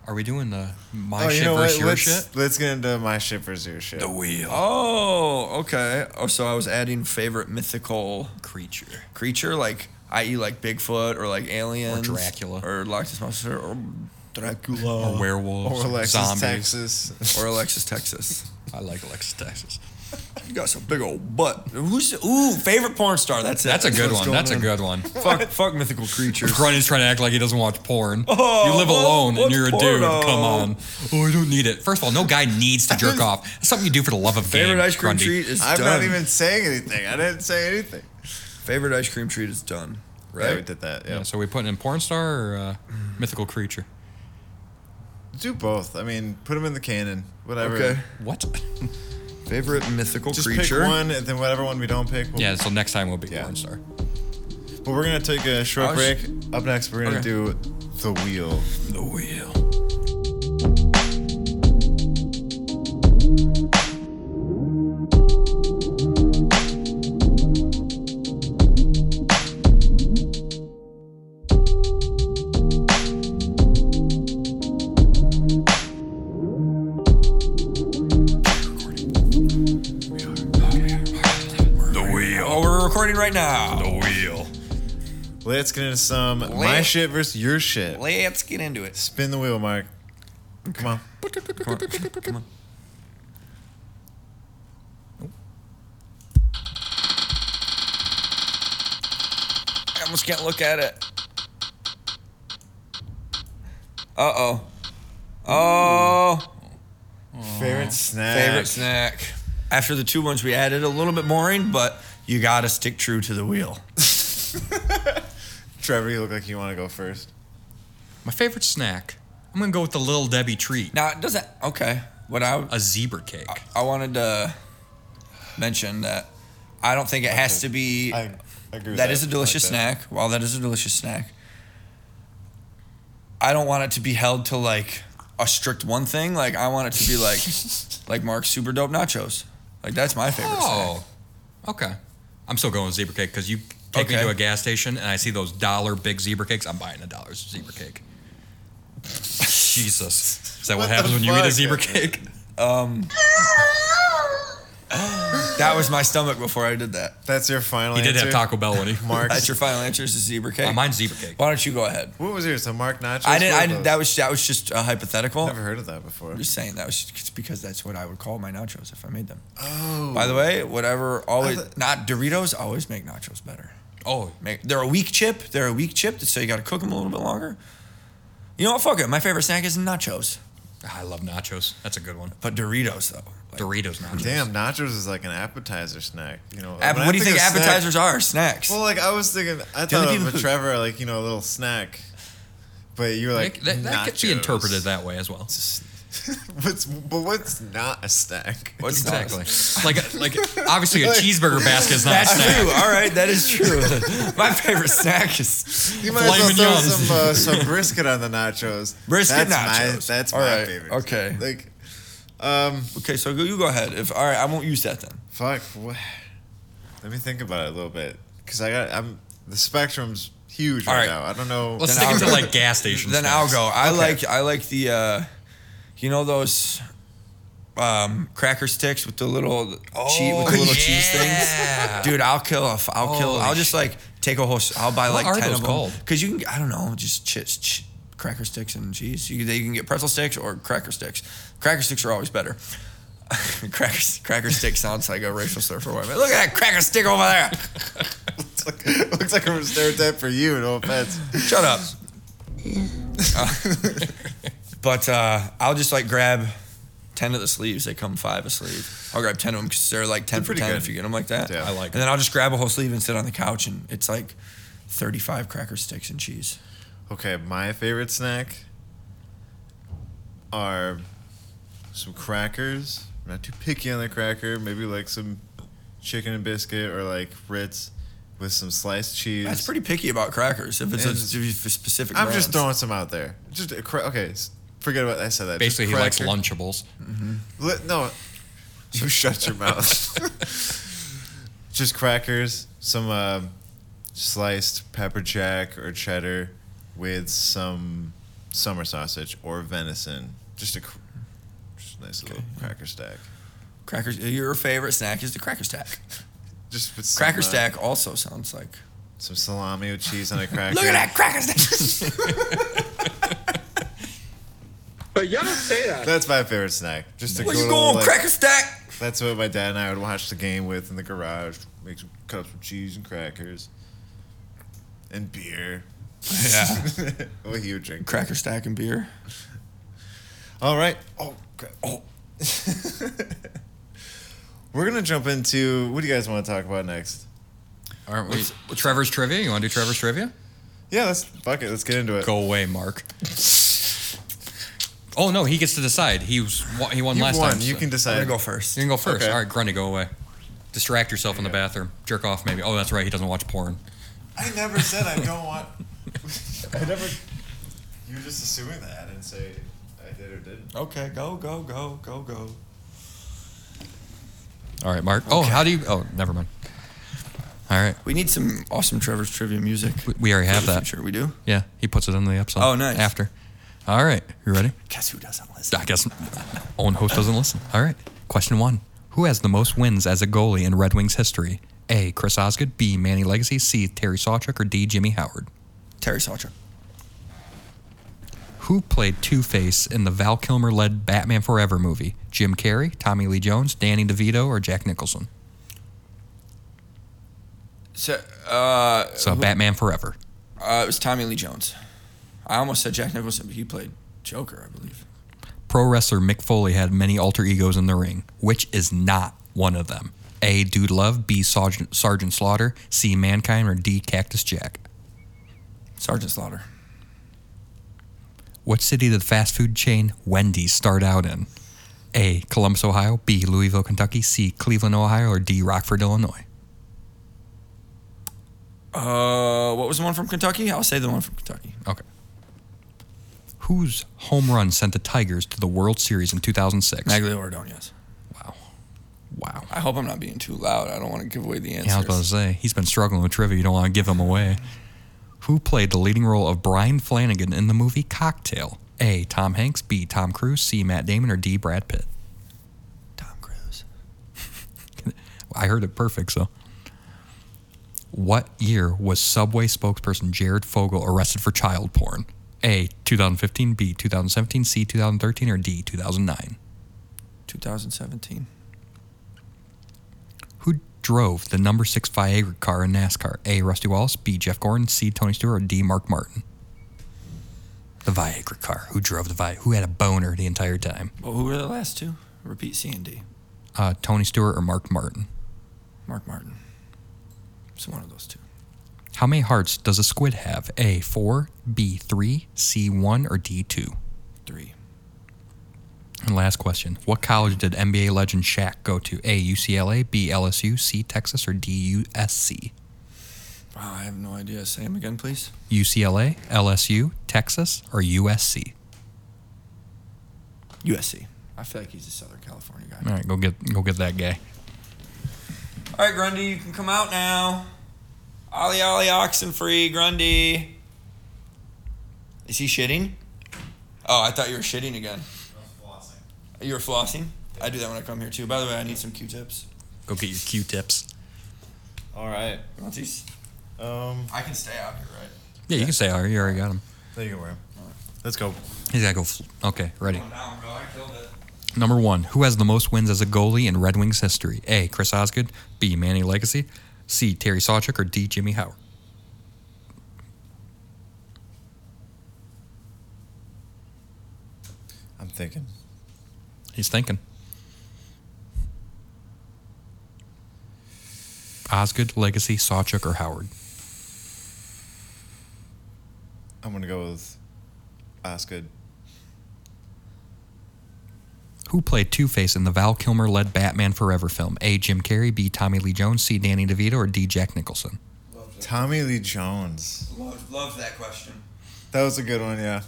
S1: Are we doing the my
S3: oh,
S1: shit
S3: you know
S1: versus
S3: what?
S1: your
S3: Let's
S1: shit?
S3: let's get into my shit versus your shit.
S1: wheel
S2: Oh, okay. Oh, so I was adding favorite mythical
S1: creature.
S2: creature, like i.e., like Bigfoot or like aliens,
S1: Dracula.
S2: or Loch Ness monster, or Dracula,
S1: or werewolves.
S3: Or
S2: oh,
S3: Alexis,
S1: zombies.
S3: Texas.
S2: or Alexis Texas.
S1: I like Alexis Texas.
S2: You got some big old butt. Who's ooh favorite porn star? That's it.
S1: That's a good
S2: what's
S1: one.
S2: going
S1: That's a
S2: on.
S1: good one.
S2: Fuck, fuck mythical creatures.
S1: Grunny's trying to act like he doesn't watch porn.
S2: Oh,
S1: you live
S2: what-
S1: alone and
S2: what's
S1: you're a dude.
S2: porno?
S1: Come on. Oh, I don't need it. First of all, no guy needs to jerk off. That's something you do for the love of
S2: Favorite
S1: game,
S2: ice cream
S1: Grundy.
S2: treat is
S3: I'm
S2: done.
S3: not even saying anything. I didn't say anything.
S2: Favorite ice cream treat is done.
S3: Yeah,
S2: Right.
S3: we did that. Yeah.
S1: Yeah, so we putting in porn star or uh, mythical creature?
S3: Do both. I mean, put them in the canon. Whatever.
S2: okay.
S1: What?
S2: Favorite mythical
S3: Just
S2: creature.
S3: pick one, and then whatever one we don't pick. We'll,
S1: Yeah, so next time we'll be
S3: Yeah.
S1: porn star.
S3: But we're gonna take a short
S2: I was-
S3: break. Up next, we're gonna
S2: Oh, Okay.
S3: do the wheel.
S1: The wheel.
S2: The wheel. Oh, we're recording right now. The wheel.
S3: Let's get into some my shit versus your shit.
S2: Let's get into it.
S3: Spin the wheel, Mark. Come on.
S2: Come on. I almost can't look at it. Uh oh. Oh.
S3: Favorite snack.
S2: Favorite snack. After the two ones we added, a little bit boring, but you gotta stick true to the wheel.
S3: Trevor, you look like you want to go first.
S1: My favorite snack. I'm gonna go with the little Debbie treat.
S2: Now it doesn't. Okay. What I
S1: a zebra cake.
S2: I wanted to mention that I don't think it has to be.
S3: I agree. With
S2: that is a delicious snack. While that is a delicious snack, I don't want it to be held to like a strict one thing. Like I want it to be like like Mark's super dope nachos. Like that's my favorite.
S1: Oh, okay. I'm still going with zebra cake because you take me
S2: Okay.
S1: to a gas station and I see those dollar big zebra cakes. I'm buying a dollar zebra cake. Jesus, is that what,
S3: What the
S1: happens when you eat a
S3: fuck?
S1: zebra cake?
S2: That was my stomach before I did that.
S3: That's your final.
S1: He did
S3: answer?
S1: have Taco Bell when he.
S3: Mark.
S2: That's your final answer is the zebra cake.
S1: Uh, mine's zebra cake.
S2: Why don't you go ahead?
S3: What was yours? So Mark Nachos.
S2: I didn't. I
S3: Doritos.
S2: didn't that was that was just a hypothetical.
S3: Never heard of that before.
S2: I'm just saying that was just because that's what I would call my nachos if I made them.
S3: Oh.
S2: By the way, whatever always
S3: I thought-
S2: not Doritos always make nachos better.
S1: Oh,
S2: Make, they're a weak chip. They're a weak chip, so you got to cook them a little bit longer. You know what? Fuck it. My favorite snack is nachos,
S1: I love nachos. That's a good one.
S2: but Doritos though. Like,
S1: Doritos nachos.
S3: Damn, nachos is like an appetizer snack. You know.
S2: app-
S3: When I
S2: what do you
S3: think
S2: think
S3: of snack-
S2: appetizers are? Snacks.
S3: Well, like I was thinking, I
S2: The only
S3: thought of
S2: people
S3: a
S2: who-
S3: Trevor, like you know, a little snack. But you were like,
S1: Like, that that could be
S3: nachos.
S1: interpreted that way as well.
S3: what's but what's not a snack?
S2: What's not-
S1: Exactly. like, like obviously a cheeseburger basket is not a
S2: That's
S1: snack.
S2: true. All right, that is true. my favorite snack is
S3: You might as well
S1: Filet
S3: throw
S1: mignons.
S3: some uh, some brisket on the nachos.
S2: Brisket
S3: that's My,
S2: nachos.
S3: that's
S2: All
S3: my
S2: right,
S3: favorite.
S2: okay.
S3: Like, um,
S2: okay. So go, you go ahead. If all right, I won't use that then.
S3: fuck. What? Let me think about it a little bit because I got I'm the spectrum's huge
S2: All
S3: right,
S2: right.
S3: now. I don't know.
S1: Let's
S2: Then
S1: stick it
S2: I'll
S1: to
S2: go.
S1: like gas station.
S2: Then I'll
S1: snacks.
S2: go. I like I like the, uh, you know those, um, cracker sticks with the little cheese with the little cheese
S1: Oh, yeah.
S2: things. Dude, I'll kill off. I'll kill.
S1: Holy
S2: I'll just
S1: sh-
S2: like take a whole. s- I'll buy
S1: What
S2: like
S1: are
S2: ten
S1: those
S2: of
S1: called?
S2: them because you can. I don't know. Just ch- ch- cracker sticks and cheese. You, can- you can get pretzel sticks or cracker sticks. Cracker sticks are always better. cracker cracker stick sounds like a racial slur for white man. Look at that cracker stick over there.
S3: It's like, looks like I'm a stereotype for you. No offense.
S2: Shut up. but uh, I'll just like grab ten of the sleeves. They come five a sleeve. I'll grab ten of them because they're like 10 for
S3: pretty
S2: ten
S3: good.
S2: if you get them like that.
S3: Yeah. I
S1: like
S2: And then I'll just grab a whole sleeve and sit on the couch and it's like thirty-five cracker sticks and cheese.
S3: Okay, my favorite snack are some crackers. I'm not too picky on the cracker. Maybe like some chicken and biscuit or like Ritz with some sliced cheese.
S2: That's pretty picky about crackers. If it's a,
S3: And-
S2: if it's a specific,
S3: I'm just
S2: brands.
S3: throwing some out there. Just a cra- okay. s- Forget about I said that. Just
S1: Basically, he likes
S3: cracker.
S1: Lunchables.
S3: Li- no, you shut your mouth. just crackers, some um sliced pepper jack or cheddar with some summer sausage or venison. Just a cr- just a nice little cracker stack.
S2: crackers. Your favorite snack is the cracker stack.
S3: Just with some,
S2: Cracker
S3: uh,
S2: stack also sounds like.
S3: some salami with cheese on a cracker.
S2: Look at that cracker stack.
S7: But y'all don't say that.
S3: That's my favorite snack. Just a
S2: Where
S3: good
S2: you
S3: old,
S2: going,
S3: like-
S2: cracker stack?
S3: That's what my dad and I would watch the game with in the garage. Make some cups with cheese and crackers and beer.
S2: Yeah.
S3: Oh, he would drink.
S2: cracker stack and beer.
S3: All right. Oh, crap. oh. We're gonna jump into what do you guys want to talk about next?
S1: Aren't we? Trevor's trivia. You want to do Trevor's trivia?
S3: Yeah, let's fuck it. Let's get into it.
S1: Go away, Mark. Oh no, he gets to decide. He was wa- he won
S3: You
S1: last
S3: won.
S1: time.
S3: you
S1: so-
S3: can
S2: I'm
S3: decide.
S2: gonna go first.
S1: You can go first.
S3: Okay.
S1: All right, Grundy, go away. Distract yourself in the bathroom. Jerk off, maybe. Oh, that's right. He doesn't watch porn.
S3: I never said I don't want. I never. You're just assuming that. I didn't say I did or didn't.
S2: Okay, go, go, go, go, go.
S1: All right, Mark. Oh, how do you? Oh, never mind. All right,
S2: We need some awesome Trevor's trivia music.
S1: we, we already have that.
S2: Sure, we do.
S1: Yeah, he puts it in the episode.
S2: Oh, nice.
S1: After. All right, you ready?
S2: Guess who doesn't listen?
S1: I guess Owen Host doesn't listen. All right. Question one Who has the most wins as a goalie in Red Wings history? A. Chris Osgood. B. Manny Legacy. C. Terry Sawchuk. Or D. Jimmy Howard.
S2: Terry Salcher.
S1: Who played Two Face in the Val Kilmer led Batman Forever movie? Jim Carrey, Tommy Lee Jones, Danny DeVito, or Jack Nicholson?
S2: So, uh,
S1: So, Batman Forever.
S2: uh, it was Tommy Lee Jones. I almost said Jack Nicholson, but he played Joker, I believe.
S1: Pro wrestler Mick Foley had many alter egos in the ring. Which is not one of them? A. Dude Love. B. Sergeant, Sergeant Slaughter. C. Mankind. Or D. Cactus Jack.
S2: Sergeant Slaughter.
S1: What city did the fast food chain Wendy's start out in? A. Columbus, Ohio. B. Louisville, Kentucky. C. Cleveland, Ohio. Or D. Rockford, Illinois.
S2: Uh, what was the one from Kentucky? I'll say the one from Kentucky.
S1: Okay. Whose home run sent the Tigers to the World Series in 2006?
S2: Maglio Ordonez.
S1: Wow. Wow.
S2: I hope I'm not being too loud. I don't want to give away the answers.
S1: Yeah, I was about to say, he's been struggling with trivia. You don't want to give him away. Who played the leading role of Brian Flanagan in the movie Cocktail? A. Tom Hanks. B. Tom Cruise. C. Matt Damon. Or D. Brad Pitt?
S2: Tom Cruise.
S1: I heard it perfect. So, what year was Subway spokesperson Jared Fogle arrested for child porn? A. 2015. B. 2017. C. 2013. Or D. 2009.
S2: 2017.
S1: Who drove the number six Viagra car in NASCAR? A. Rusty Wallace. B. Jeff Gordon. C. Tony Stewart. Or D. Mark Martin. The Viagra car. Who drove the Vi? Who had a boner the entire time?
S2: Well, who were the last two? Repeat C and D.
S1: Uh, Tony Stewart or Mark Martin?
S2: Mark Martin. It's one of those two.
S1: How many hearts does a squid have? A. Four. B. Three. C. One. Or D. Two.
S2: Three.
S1: And last question: What college did NBA legend Shaq go to? A. UCLA. B. LSU. C. Texas. Or D. USC?
S2: Wow, I have no idea. Say them again, please.
S1: UCLA, LSU, Texas, or USC?
S2: USC. I feel like he's a Southern California guy.
S1: All right, go get go get that guy.
S2: All right, Grundy, you can come out now. Ollie, Ollie, oxen free, Grundy. Is he shitting? Oh, I thought you were shitting again. You were flossing? I do that when I come here, too. By the way, I need some Q-tips.
S1: Go get your Q-tips.
S3: All right.
S2: You want these?
S3: Um,
S2: I can stay out here, right?
S1: Yeah, you can say all right. You already got him.
S3: there you go, Ram. Let's go.
S1: He's gotta go. Fl- okay, ready.
S2: Now, bro, I killed it.
S1: Number one, who has the most wins as a goalie in Red Wings history? A. Chris Osgood, B. Manny Legacy, C. Terry Sawchuk, or D. Jimmy Howard?
S3: I'm thinking.
S1: He's thinking. Osgood, Legacy, Sawchuk, or Howard?
S3: I'm gonna go with Osgood.
S1: Who played Two Face in the Val Kilmer led Batman Forever film? A. Jim Carrey, B. Tommy Lee Jones, C. Danny DeVito, or D. Jack Nicholson?
S3: Tommy Lee Jones.
S2: Love, love that question.
S3: That was a good one. Yeah.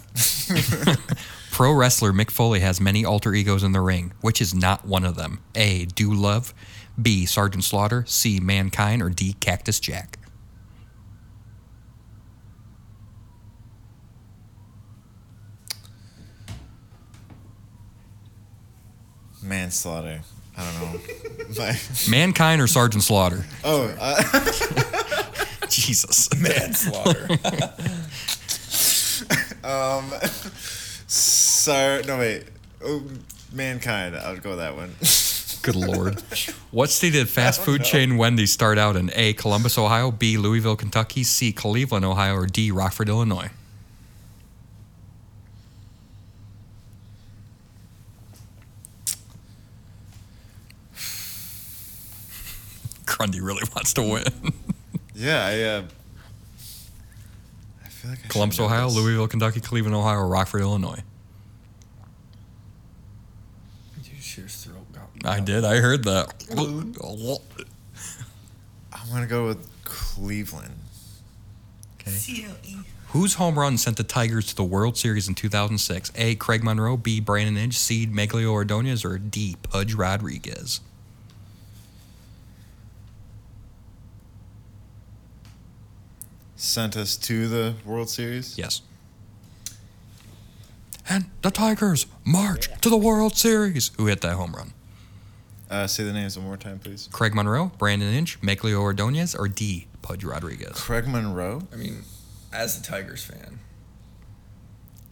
S1: Pro wrestler Mick Foley has many alter egos in the ring, which is not one of them. A. Do Love, B. Sergeant Slaughter, C. Mankind, or D. Cactus Jack?
S3: Manslaughter. I don't know. My-
S1: Mankind or Sergeant Slaughter?
S3: oh, uh,
S1: Jesus.
S2: Manslaughter.
S3: um, sir. No wait. Oh, mankind. I'll go with that one.
S1: Good lord. What city did fast food chain Wendy's start out in? A. Columbus, Ohio. B. Louisville, Kentucky. C. Cleveland, Ohio. Or D. Rockford, Illinois. Grundy really wants to win.
S3: yeah. I. Uh, I feel like I should
S1: Columbus,
S3: know
S1: Ohio.
S3: this.
S1: Louisville, Kentucky. Cleveland, Ohio. Or Rockford, Illinois.
S2: Dude, sheer throat got
S1: I did. I heard that.
S3: I'm gonna go with Cleveland.
S1: Whose home run sent the Tigers to the World Series in 2006? A. Craig Monroe, B. Brandon Inge, C. Meglio Ordonez, or D. Pudge Rodriguez?
S3: Sent us to the World Series.
S1: Yes. And the Tigers march to the World Series. Who hit that home run?
S3: Uh, say the names one more time, please.
S1: Craig Monroe, Brandon Inge, Meglio Ordonez, or D. Pudge Rodriguez?
S3: Craig Monroe.
S2: I mean, as a Tigers fan,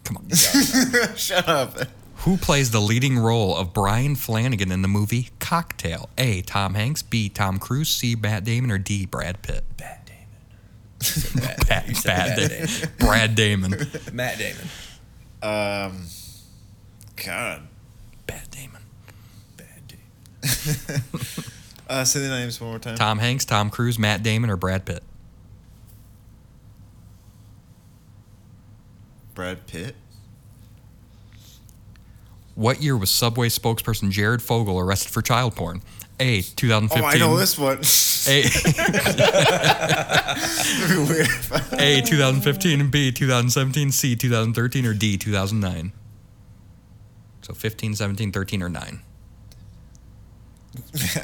S1: Come on.
S3: Shut up.
S1: Who plays the leading role of Brian Flanagan in the movie Cocktail? A. Tom Hanks, B. Tom Cruise, C. Matt Damon, or D. Brad Pitt?
S2: Matt Damon.
S1: Pat,
S2: You said
S1: Pat
S2: Matt
S1: Damon. Brad Damon.
S2: Matt Damon.
S3: Um, God.
S1: Pat Damon.
S2: Bad Damon.
S3: Uh, say the names one more time.
S1: Tom Hanks, Tom Cruise, Matt Damon, or Brad Pitt?
S3: Brad Pitt.
S1: What year was Subway spokesperson Jared Fogle arrested for child porn? A. 2015.
S3: Oh, I know this one. It'd
S1: A,
S3: be weird if I-
S1: A. 2015. B. 2017. C. 2013. Or D. 2009. So 15, 17, 13, or 9.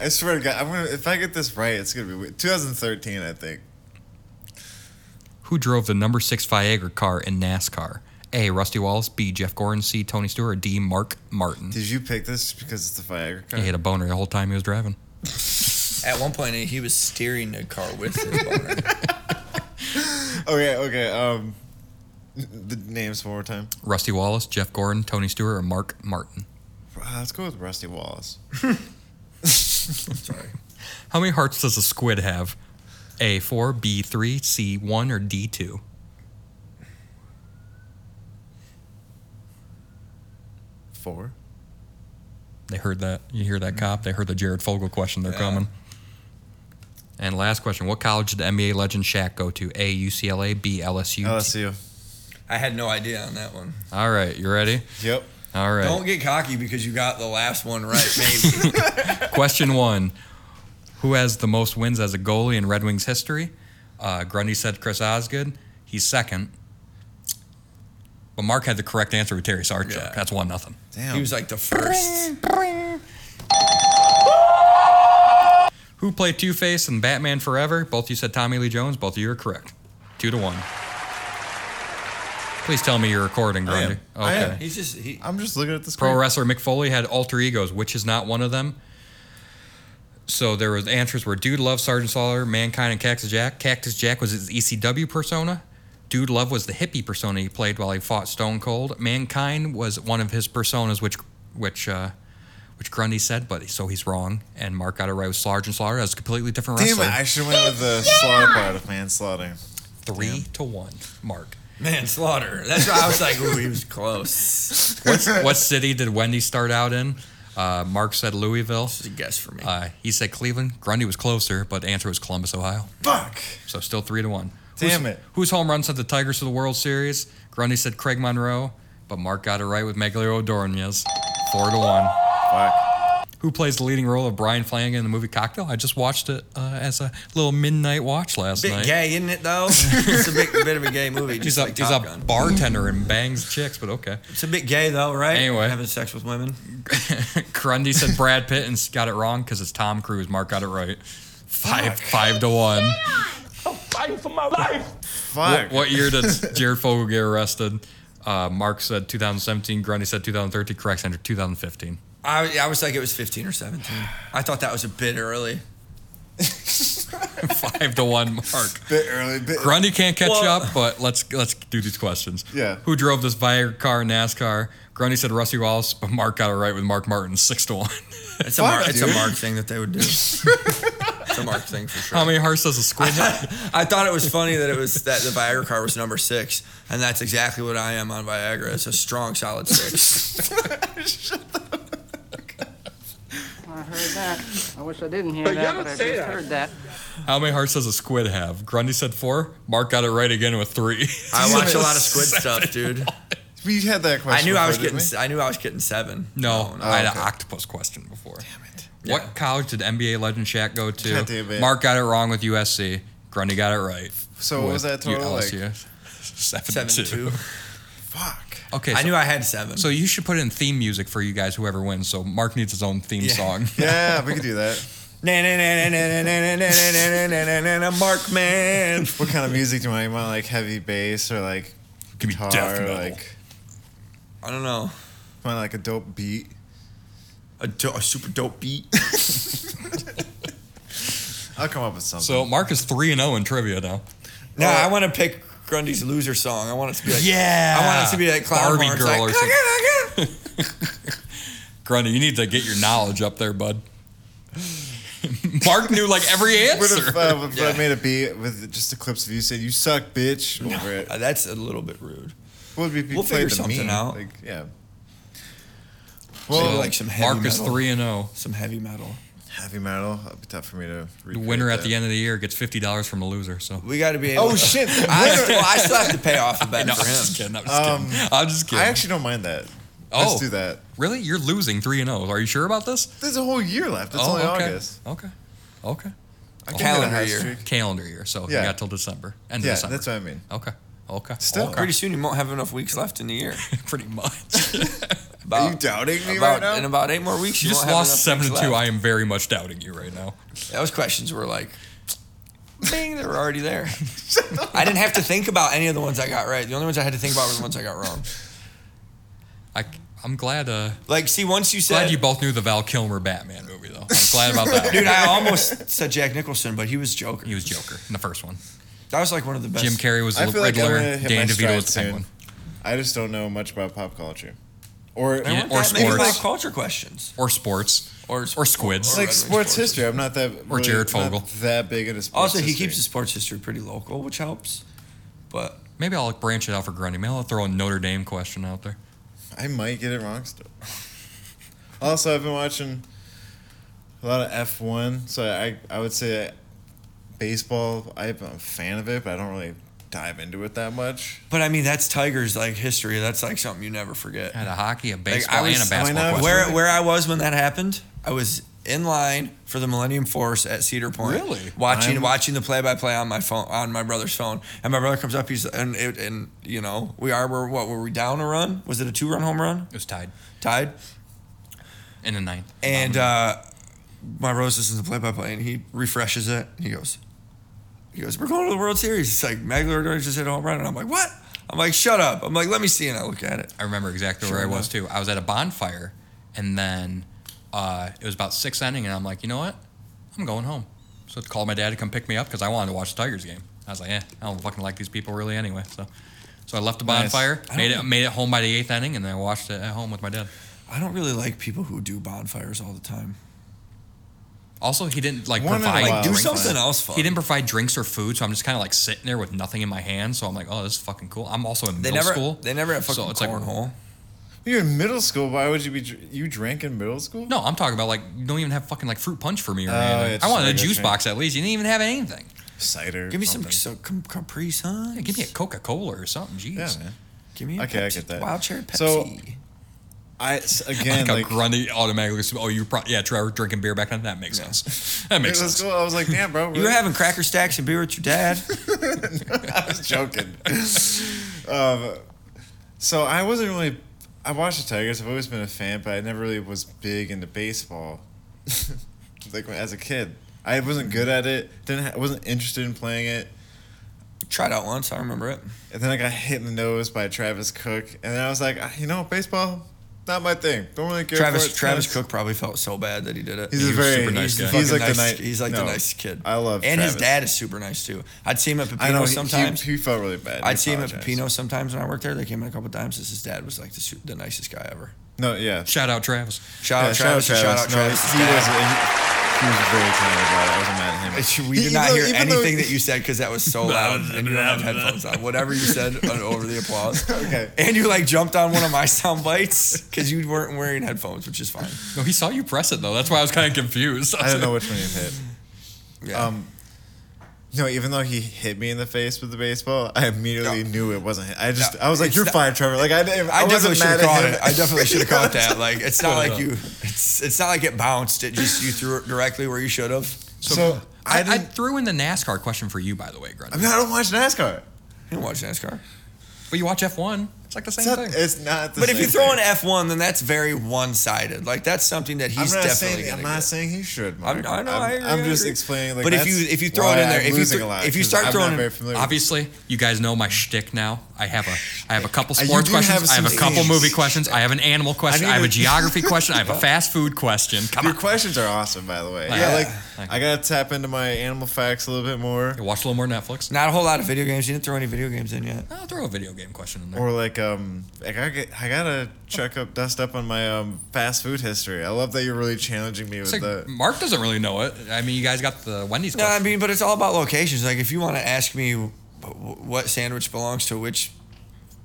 S3: I swear to God, I'm gonna, if I get this right, it's gonna be weird. 2013, I think.
S1: Who drove the number six Viagra car in NASCAR? A. Rusty Wallace. B. Jeff Gordon. C. Tony Stewart. Or D. Mark Martin.
S3: Did you pick this because it's the Viagra?
S1: He
S3: card?
S1: had a boner the whole time he was driving.
S2: At one point, he was steering a car with his boner.
S3: Okay, okay. Um, the names one more time.
S1: Rusty Wallace, Jeff Gordon, Tony Stewart, or Mark Martin?
S3: Uh, let's go with Rusty Wallace.
S2: Sorry.
S1: How many hearts does a squid have? A four, B three, C one, or D two?
S3: Four.
S1: They heard that. You hear that cop? They heard the Jared Fogle question. They're
S2: Mm-hmm. Yeah.
S1: coming. And last question: What college did NBA legend Shaq go to? A UCLA, B LSU.
S3: LSU.
S2: I had no idea on that one.
S1: All right, you ready?
S3: Yep.
S1: All right.
S2: Don't get cocky because you got the last one right, maybe.
S1: Question one Who has the most wins as a goalie in Red Wings history? Uh, Grundy said Chris Osgood. He's second. But Mark had the correct answer with Terry Sarchuk.
S2: Yeah.
S1: That's one nothing.
S3: Damn.
S2: he was like the first.
S1: Who played Two Face and Batman Forever? Both you said Tommy Lee Jones. Both of you are correct. Two to one. Please tell me you're recording,
S3: I am.
S1: Grundy.
S3: I am.
S2: He's just he.
S3: I'm just looking at this.
S1: Pro wrestler Mick Foley had alter egos, which is not one of them. So there was answers were Dude Love, Sergeant Slaughter, Mankind, and Cactus Jack. Cactus Jack was his ECW persona. Dude Love was the hippie persona he played while he fought Stone Cold. Mankind was one of his personas, which which uh, which Grundy said, but so he's wrong. And Mark got it right with Sergeant Slaughter. That's a completely different
S3: Damn it!
S1: wrestler.
S3: I should went with the slaughter part of manslaughter.
S1: Three to one, Mark.
S2: Manslaughter. That's why I was like, ooh, he was close.
S1: what city did Wendy start out in? Uh, Mark said Louisville.
S2: It's a guess for me.
S1: Uh, he said Cleveland. Grundy was closer, but the answer was Columbus, Ohio.
S3: Fuck.
S1: So still three to one.
S3: Damn
S1: Who's-
S3: it.
S1: Whose home run sent the Tigers to the World Series? Grundy said Craig Monroe, but Mark got it right with Meglio Ordonez. Four to one.
S3: Fuck.
S1: Who plays the leading role of Brian Flanagan in the movie Cocktail? I just watched it uh, as a little midnight watch last
S2: bit
S1: night.
S2: gay, isn't it though? it's a bit, bit of a gay movie.
S1: He's
S2: Just
S1: a,
S2: like
S1: he's
S2: Top
S1: a
S2: Gun.
S1: bartender and bangs chicks, but okay.
S2: It's a bit gay though, right?
S1: Anyway.
S2: having sex with women.
S1: Grundy said Brad Pitt and got it wrong because it's Tom Cruise. Mark got it right. Five five to one.
S5: Fighting for my life.
S3: Fuck.
S1: What, what year did Jared Fogle get arrested? Uh, Mark said 2017. Grundy said 2013. Correct answer 2015.
S2: I, I was like, it was 15 or 17. I thought that was a bit early.
S1: Five to one, Mark.
S3: Bit early. Bit.
S1: Grundy can't catch
S2: Well-
S1: up, but let's let's do these questions.
S3: Yeah.
S1: Who drove this Viagra car in NASCAR? Grundy said Rusty Wallace, but Mark got it right with Mark Martin, six to one.
S2: It's a, mar-
S3: Fuck,
S2: it's a
S3: dude.
S2: Mark thing that they would do. it's a Mark thing for sure.
S1: How many hearts does a squid have?
S2: I thought it was funny that it was that the Viagra car was number six, and that's exactly what I am on Viagra. It's a strong, solid six.
S8: I heard that. I wish I didn't hear
S7: But you
S8: that,
S7: don't
S8: but I just
S7: say that.
S8: heard that.
S1: How many hearts does a squid have? Grundy said four. Mark got it right again with three.
S2: I watch a lot of squid stuff, dude.
S3: We had that
S2: I
S3: question.
S2: knew I was
S3: before,
S2: getting.
S3: didn't
S2: I knew I was getting seven.
S1: No,
S2: Oh,
S1: I had
S3: okay.
S1: an octopus question before. Damn
S3: it.
S1: What
S2: Yeah.
S1: college did NBA legend Shaq go
S3: God damn
S1: to?
S3: it.
S1: Mark got it wrong with USC. Grundy got it right.
S3: we? So what was
S1: with
S3: that total? Like,
S1: ULSU. Seven,
S2: seven
S1: to two.
S2: two.
S3: fuck.
S1: Okay, Oh, so,
S2: I knew I had seven.
S1: so you should put in theme music for you guys, whoever wins. So Mark needs his own theme
S2: Yeah.
S1: song.
S3: Yeah, we could do that.
S2: na na na na na na na na na na na na na Mark man.
S3: What kind of music do you want? You want like heavy bass or like
S1: Give me
S3: guitar?
S1: death
S3: or,
S1: metal.
S3: like
S2: I don't know.
S3: want like a dope beat?
S2: A, do- a super dope beat.
S3: I'll come up with something.
S1: So Mark is three and zero in trivia now.
S2: No, I want to pick Grundy's loser song. I want it to be like
S1: Yeah.
S2: I want it to be like Clown
S1: Barbie
S2: Mark's
S1: girl
S2: like,
S1: or Grundy, you need to get your knowledge up there, bud. Mark knew like every
S3: what
S1: answer.
S3: if, uh, if
S2: Yeah.
S3: I made a beat with just the clips of you saying "you suck, bitch" over it?
S2: Uh, That's a little bit rude.
S3: What would we be
S2: We'll figure
S3: played the
S2: something
S3: meme?
S2: out.
S3: Like, yeah.
S1: So
S3: Well,
S2: like some heavy
S1: Mark is
S2: metal.
S1: three and oh. zero.
S2: Some heavy metal.
S3: heavy metal. It'd be tough for me to.
S1: The winner at the end of the year gets fifty dollars from a loser. So
S2: We got to be. Able
S3: Oh shit!
S2: I, well, I still have to pay off the bet
S1: no, I'm
S2: for
S1: just
S2: him. Um,
S1: kidding. I'm just kidding. I'm just kidding.
S3: I actually don't mind that.
S1: Oh.
S3: Let's do that.
S1: really, you're losing three and zero. Are you sure about this?
S3: There's a whole year left. It's only
S1: Oh, okay.
S3: August.
S1: Okay, okay.
S3: I can
S2: Calendar
S3: get a hot
S2: year.
S3: streak.
S1: Calendar year, so you
S3: Yeah.
S1: got till December. End
S3: Yeah,
S1: of December.
S3: that's what I mean.
S1: Okay, okay.
S3: Still.
S1: okay.
S2: Pretty soon you won't have enough weeks left in the year.
S1: pretty much. you
S2: About,
S3: Are you doubting me
S2: about,
S3: right now?
S2: In about eight more weeks, you,
S1: just
S2: won't have
S1: lost
S2: enough
S1: seven to
S2: weeks
S1: two.
S2: left.
S1: I am very much doubting you right now.
S2: Those questions were like, bing, they were already there. I didn't have to think about any of the ones I got right. The only ones I had to think about were the ones I got wrong.
S1: I I'm glad. Uh,
S2: Like, see, once you said,
S1: glad you both knew the Val Kilmer Batman movie though. I'm glad about that.
S2: dude, I almost said Jack Nicholson, but he was Joker.
S1: he was Joker in the first one.
S2: that was like one of the best.
S1: Jim Carrey was
S3: I
S1: the
S3: feel like I'm
S1: Riddler.
S3: gonna hit
S1: Dan
S3: my
S1: DeVito was
S3: stride
S1: the
S3: soon.
S1: Penguin.
S3: I just don't know much about pop culture, or
S1: Yeah, or
S2: Or, that, maybe
S1: sports.
S2: like culture questions
S1: or sports
S2: or
S1: or squids.
S3: It's like sports history. I'm not that
S1: Or
S3: really-
S1: Jared
S3: not
S1: Fogle.
S3: that big into sports.
S2: Also, he keeps his
S3: history.
S2: sports history pretty local, which helps. But
S1: Maybe I'll branch it out for Grundy. Maybe I'll throw a Notre Dame question out there.
S3: I might get it wrong still. also, I've been watching a lot of F1, so I I would say that baseball. I'm a fan of it, but I don't really dive into it that much.
S2: but I mean, that's Tiger's like history. That's like something you never forget.
S1: Had a hockey, a baseball,
S2: was-
S1: and a
S2: I
S1: basketball
S3: know.
S1: question.
S2: Where where I was when that happened, I was in line for the Millennium Force at Cedar Point.
S1: Really?
S2: Watching
S3: I'm-
S2: watching the play by play on my phone on my brother's phone, and my brother comes up. He's and it, and you know we are we're, what were we down a run? Was it a two run home run?
S1: It was tied
S2: Tied.
S1: in the ninth.
S2: And
S1: Um,
S2: uh, my Rose listens to play by play, and he refreshes it. And he goes, he goes, we're going to the World Series. It's like Magler just hit a home run, and I'm like, what? I'm like, shut up. I'm like, let me see, and I look at it.
S1: I remember exactly
S2: Sure
S1: where I was
S2: enough.
S1: too. I was at a bonfire, and then uh, it was about six inning, and I'm like, you know what? I'm going home. So I called my dad to come pick me up because I wanted to watch the Tigers game. I was like, eh, I don't fucking like these people really anyway. So, so I left the
S3: Nice.
S1: bonfire,
S2: I
S1: made
S2: don't-
S1: it made it home by the eighth inning, and then I watched it at home with my dad.
S2: I don't really like people who do bonfires all the time.
S1: Also, he didn't like
S3: One in a
S1: provide
S3: while.
S2: do
S3: drink
S1: drinks.
S2: something
S3: fun.
S2: else fun.
S1: He didn't provide drinks or food, so I'm just kind of like sitting there with nothing in my hand. So I'm like, oh, this is fucking cool. I'm also in
S2: They
S1: middle
S2: never.
S1: school.
S2: They never have fucking
S1: so it's like,
S2: cornhole.
S3: You're in middle school. Why would you be? dr- You drank in middle school?
S1: No, I'm talking about like you don't even have fucking like fruit punch for me or
S3: Oh,
S1: anything.
S3: it's
S1: I wanted a
S3: like a
S1: juice
S3: drink.
S1: box at least. You didn't even have anything.
S3: cider.
S2: give me some,
S3: something.
S2: some Cap- Capri Suns.
S1: Yeah, give me a Coca Cola or something. Jeez.
S3: Yeah, man.
S2: Give me a
S3: Okay, I
S2: Pepsi-
S3: get that.
S2: Wild cherry Pepsi.
S3: So- I s- again
S1: Like,
S3: like,
S1: a grundy automatically. assume, Oh, you probably yeah. Trevor drinking beer back then. That makes sense. That makes
S3: middle
S1: sense.
S3: school. I was like, damn, bro.
S2: you were having cracker stacks and beer with your dad.
S3: I was joking. um, so I wasn't really. I watched the Tigers. I've always been a fan, but I never really was big into baseball. like when- as a kid, I wasn't good at it. Didn't ha- wasn't interested in playing it.
S2: Tried out once. I remember it.
S3: And then I got hit in the nose by Travis Cook, and then I was like, "Ah, you know, baseball, not my thing. Don't really care. for
S2: Travis
S3: it.
S2: Travis Cook probably felt so bad that he did it.
S3: He's
S2: He
S3: a
S2: was
S3: very
S2: super
S1: nice
S2: the
S1: guy.
S2: fucking
S3: He's like the
S2: nice-
S3: nice-
S2: He's like the
S3: no.
S2: nice kid.
S3: I love
S2: And his
S3: Travis.
S2: dad is super nice too. I'd see him at
S3: I
S2: Pepino
S3: know he-
S2: sometimes.
S3: He, he felt really bad. He
S2: I'd see him at
S3: apologized.
S2: Pepino sometimes when I worked there. They came in a couple times. Since his dad was like the, su- the nicest guy ever.
S3: No, yeah.
S1: Shout out Travis.
S2: Shout
S3: Yeah,
S2: out Travis. and Shout out
S3: No,
S2: Travis.
S3: He was, he, he was very kind about it. I wasn't mad at him.
S2: It's- We did
S3: E, Even
S2: not
S3: though-
S2: hear
S3: even though-
S2: anything that you said because that was so loud, and you don't have headphones on. Whatever you said uh, over the applause,
S3: Okay.
S2: And you like jumped on one of my sound bites because you weren't wearing headphones, which is fine.
S1: No, he saw you press it though. That's why I was kind of confused.
S3: I don't know which one he hit.
S2: Yeah.
S3: Um, no, even though he hit me in the face with the baseball, I immediately
S2: No.
S3: knew it wasn't. him. I just,
S2: No,
S3: I was like,
S2: it's
S3: "You're
S2: not-
S3: fired, Trevor." Like I, didn't,
S2: I
S3: I,
S2: definitely
S3: wasn't
S2: should have
S3: mad
S2: caught
S3: at him.
S2: it. I definitely should have caught that. Like, it's not
S1: Well
S2: like you. It's it's not like it bounced. It just you threw it directly where you should have.
S1: So,
S3: So,
S1: I,
S3: I
S1: I,
S3: didn't-
S1: threw in the NASCAR question for you, by the way, Grundy.
S3: I mean, I don't watch NASCAR.
S2: You don't watch NASCAR.
S1: but you watch F1. It's like the same
S3: It's not,
S1: thing.
S3: it's not the
S2: But if
S3: same
S2: you throw
S3: thing.
S2: an F one, then that's very one sided. Like that's something that
S3: I'm
S2: he's
S3: not
S2: definitely.
S3: saying
S2: gonna
S3: I'm not
S2: get.
S3: saying he should.
S2: I'm-
S3: Mark.
S2: I know, I agree,
S3: I'm
S2: I
S3: just
S2: agree.
S3: explaining. Like,
S2: But if
S3: that's
S2: you- if you throw it
S3: why
S2: in there,
S3: I'm
S2: if you
S3: losing
S2: thro-
S3: a lot,
S2: if you
S3: 'cause
S2: start
S3: I'm
S2: throwing
S3: not
S2: in-
S3: very familiar. with-
S1: Obviously, you guys know my shtick now. I have a I have a couple
S3: Uh, you
S1: sports
S3: do
S1: questions.
S3: have
S1: I have a
S3: some
S1: couple
S3: things.
S1: movie questions. I have an animal question.
S3: need
S1: I, have
S3: to-
S1: a geography question. I have a fast food question. Come
S3: Your
S1: on,
S3: questions are awesome, by the way.
S1: Yeah.
S3: I like.
S1: Thank
S3: I gotta tap into my animal facts a little bit more,
S1: watch a little more Netflix.
S2: Not a whole lot of video games. You didn't throw any video games in yet.
S1: I'll throw a video game question in there.
S3: or like um, I gotta get, I gotta check up, dust up on my um fast food history. I love that you're really challenging me
S1: It's
S3: with
S1: like,
S3: the.
S1: Mark doesn't really know it. I mean, you guys got the Wendy's.
S2: No, I
S1: question.
S2: mean, but it's all about locations. Like, if you want to ask me wh- wh- what sandwich belongs to which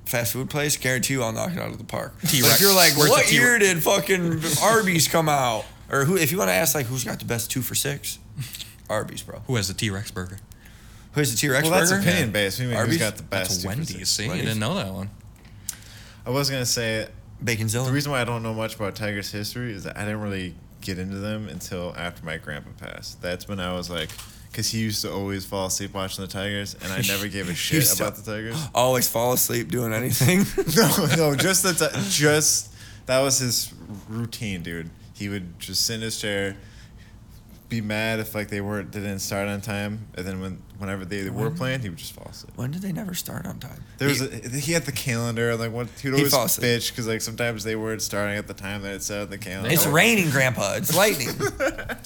S2: fast food place, guarantee you I'll knock it out of the park. But
S1: T-Rex.
S2: if you're like,
S1: Where's the
S2: what
S1: T-Rex?
S2: year did fucking Arby's come out? Or who? If you want to ask like who's got the best two for six, Arby's, bro.
S1: Who has the T Rex burger?
S2: Who has the T Rex
S3: Well, that's
S2: burger?
S3: opinion based. We mean
S2: Arby's?
S3: who's got the best.
S1: That's
S3: two for
S1: Wendy's.
S3: six.
S1: See,
S2: Wendy's.
S1: you didn't know that one.
S3: I was gonna say the
S2: Baconzilla.
S3: reason why I don't know much about Tigers history is that I didn't really get into them until after my grandpa passed. That's when I was like, because he used to always fall asleep watching the Tigers, and I never gave a shit
S2: used to-
S3: about the Tigers.
S2: Always fall asleep doing anything.
S3: No, no, just the ti- just that was his routine, dude. He would just sit in his chair, be mad if like they weren't they didn't start on time, and then when whenever they, were playing, he would just fall asleep.
S2: When did they never start on time?
S3: There was a, he had the calendar like what he'd
S2: He'd
S3: always
S2: fall asleep.
S3: bitch because like sometimes they weren't starting at the time that it said on the calendar.
S2: It's raining, Grandpa. It's lightning.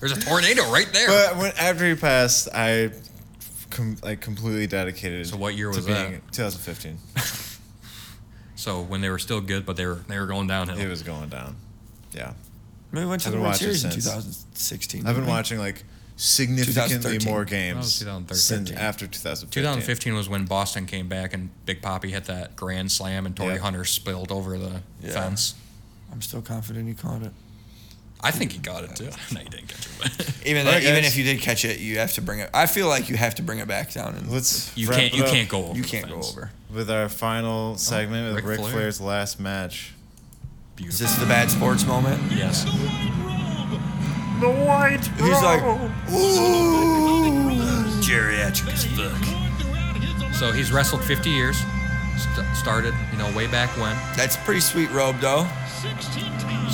S1: There's a tornado right there.
S3: But when after he passed, I com- like completely dedicated.
S1: So what year
S3: to
S1: was that?
S3: 2015.
S1: so when they were still good, but they were they were going downhill.
S3: It was going down. Yeah,
S2: we went to
S3: I've
S2: the
S3: been
S2: World
S3: watching
S2: Series in
S3: since.
S2: 2016.
S3: I've been
S2: didn't we?
S3: watching like significantly
S2: 2013.
S3: more
S1: That was
S3: games
S1: 2013.
S3: since after 2015.
S1: 2015 was when Boston came back and Big Poppy hit that grand slam and Torrey
S3: Yeah.
S1: Hunter spilled over the
S2: Yeah.
S1: fence.
S2: I'm still confident he caught it.
S1: I think he got it too. no, he didn't catch it. but-
S2: Even
S3: All right,
S2: even
S3: guys.
S2: if you did catch it, you have to bring it. I feel like you have to bring it back down, and
S3: Let's
S1: you
S3: wrap
S1: can't
S3: it
S1: you
S3: up
S1: can't go over.
S2: you
S1: the
S2: can't go
S1: fence.
S2: over.
S3: with our final segment with
S1: Ric
S3: Ric
S1: Flair.
S3: Flair's last match.
S2: Is
S1: Beautiful.
S2: this the bad sports moment?
S1: Yes.
S3: The white.
S2: He's like, ooh, geriatric as fuck.
S1: So he's wrestled 50 years. St- started, you know, way back when.
S2: That's a pretty sweet robe, though.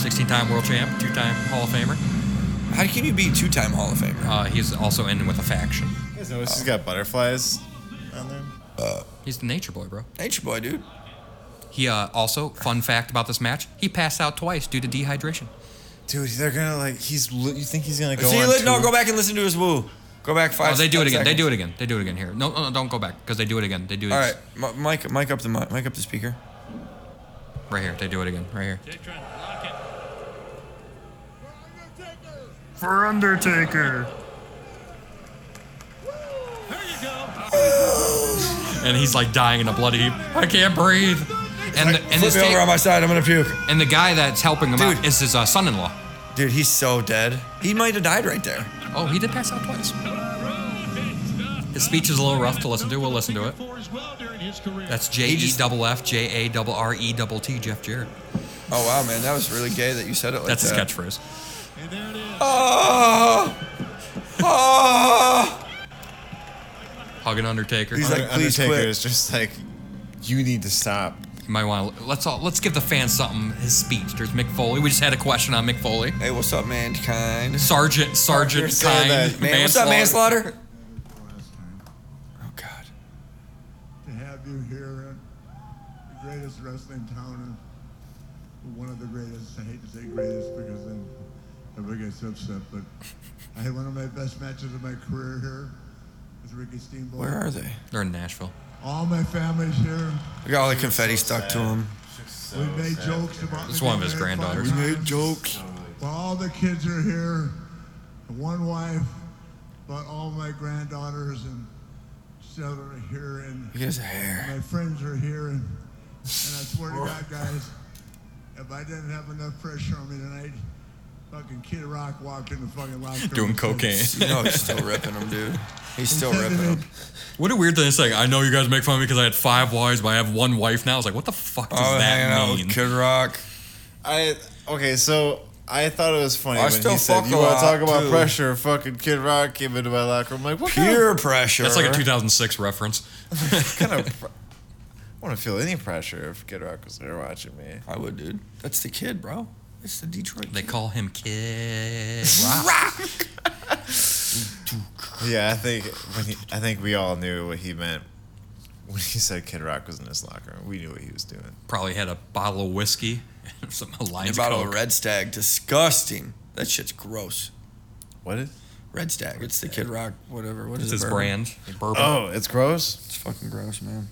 S1: 16-time world champ, two-time Hall of Famer.
S2: How can you be two-time Hall of Famer?
S1: Uh, he's also ending with a faction.
S3: You guys notice he's got butterflies on there.
S1: He's the nature boy, bro.
S2: Nature boy, dude.
S1: He uh, also, fun fact about this match, he passed out twice due to dehydration.
S3: Dude, they're gonna like he's. li- You think he's gonna go?
S2: See,
S3: on
S2: li- no,
S3: tour?
S2: go back and listen to his woo. Go back five.
S1: Oh, they do it
S2: ten
S1: again. They
S2: seconds.
S1: do it again. They do it again here. No, no, no don't go back because they do it again. They do it
S2: All right, M- mic, mic up the mic, mic up the speaker.
S1: right here. They do it again right here.
S9: For Undertaker.
S1: And he's like dying in a bloody heap. I can't breathe. And the, and,
S2: Flip
S1: this
S2: me over on
S1: ta-
S2: my side. I'm gonna puke.
S1: and the guy that's helping him out
S2: Dude.
S1: is his uh, son-in-law.
S2: Dude, he's so dead. He might have died right there.
S1: Oh, he did pass out twice. His speech is a little rough to listen to. We'll listen to it. That's J
S2: He
S1: E
S2: just-
S1: double F J A double R E double T Jeff Jarrett.
S2: Oh wow, man, that was really gay that you said it like
S1: That's his
S2: that.
S1: catchphrase.
S2: Oh, oh.
S1: Hugging Undertaker.
S2: He's like,
S3: Under-
S2: "Please
S3: Undertaker
S2: quit."
S3: is just like, you need to stop.
S1: You might want to let's all let's give the fans something. His speech. There's Mick Foley. We just had a question on Mick Foley.
S2: Hey, what's up, mankind?
S1: Sergeant,
S3: You're
S1: Sergeant,
S3: saying
S1: kind,
S3: that-
S2: Man, what's up, manslaughter? Oh God.
S9: To have you here in the greatest wrestling town, and one of the greatest, I hate to say greatest because then everybody gets upset, but I had one of my best matches of my career here with Ricky Steamboat.
S2: Where are they?
S1: They're in Nashville.
S9: All my family's here.
S2: We got all the confetti stuck to him.
S9: we made jokes about.
S1: It's one of his granddaughters.
S9: We made jokes. But all the kids are here. One wife, but all my granddaughters and seven are here, and
S2: He has a hair.
S9: my friends are here, and, and I swear to
S2: Oh.
S9: God, guys, if I didn't have enough pressure on me tonight, fucking Kid Rock walked in the fucking locker room.
S1: Doing
S9: and said-
S1: cocaine.
S2: You know he's still ripping him, dude. He's still
S9: said to
S2: ripping
S9: me,
S2: him.
S1: What a weird thing to say. I know you guys make fun of me because I had five wives, but I have one wife now. I was like, what the fuck does
S2: Oh, hanging
S1: that
S2: out
S1: mean?
S2: with Kid Rock.
S3: I okay, so I thought it was funny
S2: I
S3: when
S2: still
S3: he said,
S2: fuck
S3: "You
S2: a
S3: want to
S2: lot,
S3: talk about
S2: too."
S3: pressure?" Fucking Kid Rock came into my locker. room. I'm like, "What
S2: Pure pressure.
S1: That's like a 2006 reference.
S3: kind of?" Kind of pr- I wouldn't feel any pressure if Kid Rock was there watching me.
S2: I would, dude. That's the kid, bro. That's the Detroit.
S1: They
S2: kid.
S1: call him Kid Rock.
S3: Yeah, I think when he, I think we all knew what he meant when he said Kid Rock was in his locker. room. We knew what he was doing.
S1: Probably had a bottle of whiskey and some
S2: A
S1: Alliance
S2: bottle
S1: Coke.
S2: of Red Stag. Disgusting. That shit's gross.
S3: What is?
S2: Red Stag. It's the Kid Rock, whatever. What
S1: It's
S2: is
S1: his
S2: it, bourbon?
S1: brand. Bourbon.
S3: Oh, it's gross.
S2: It's fucking gross, man.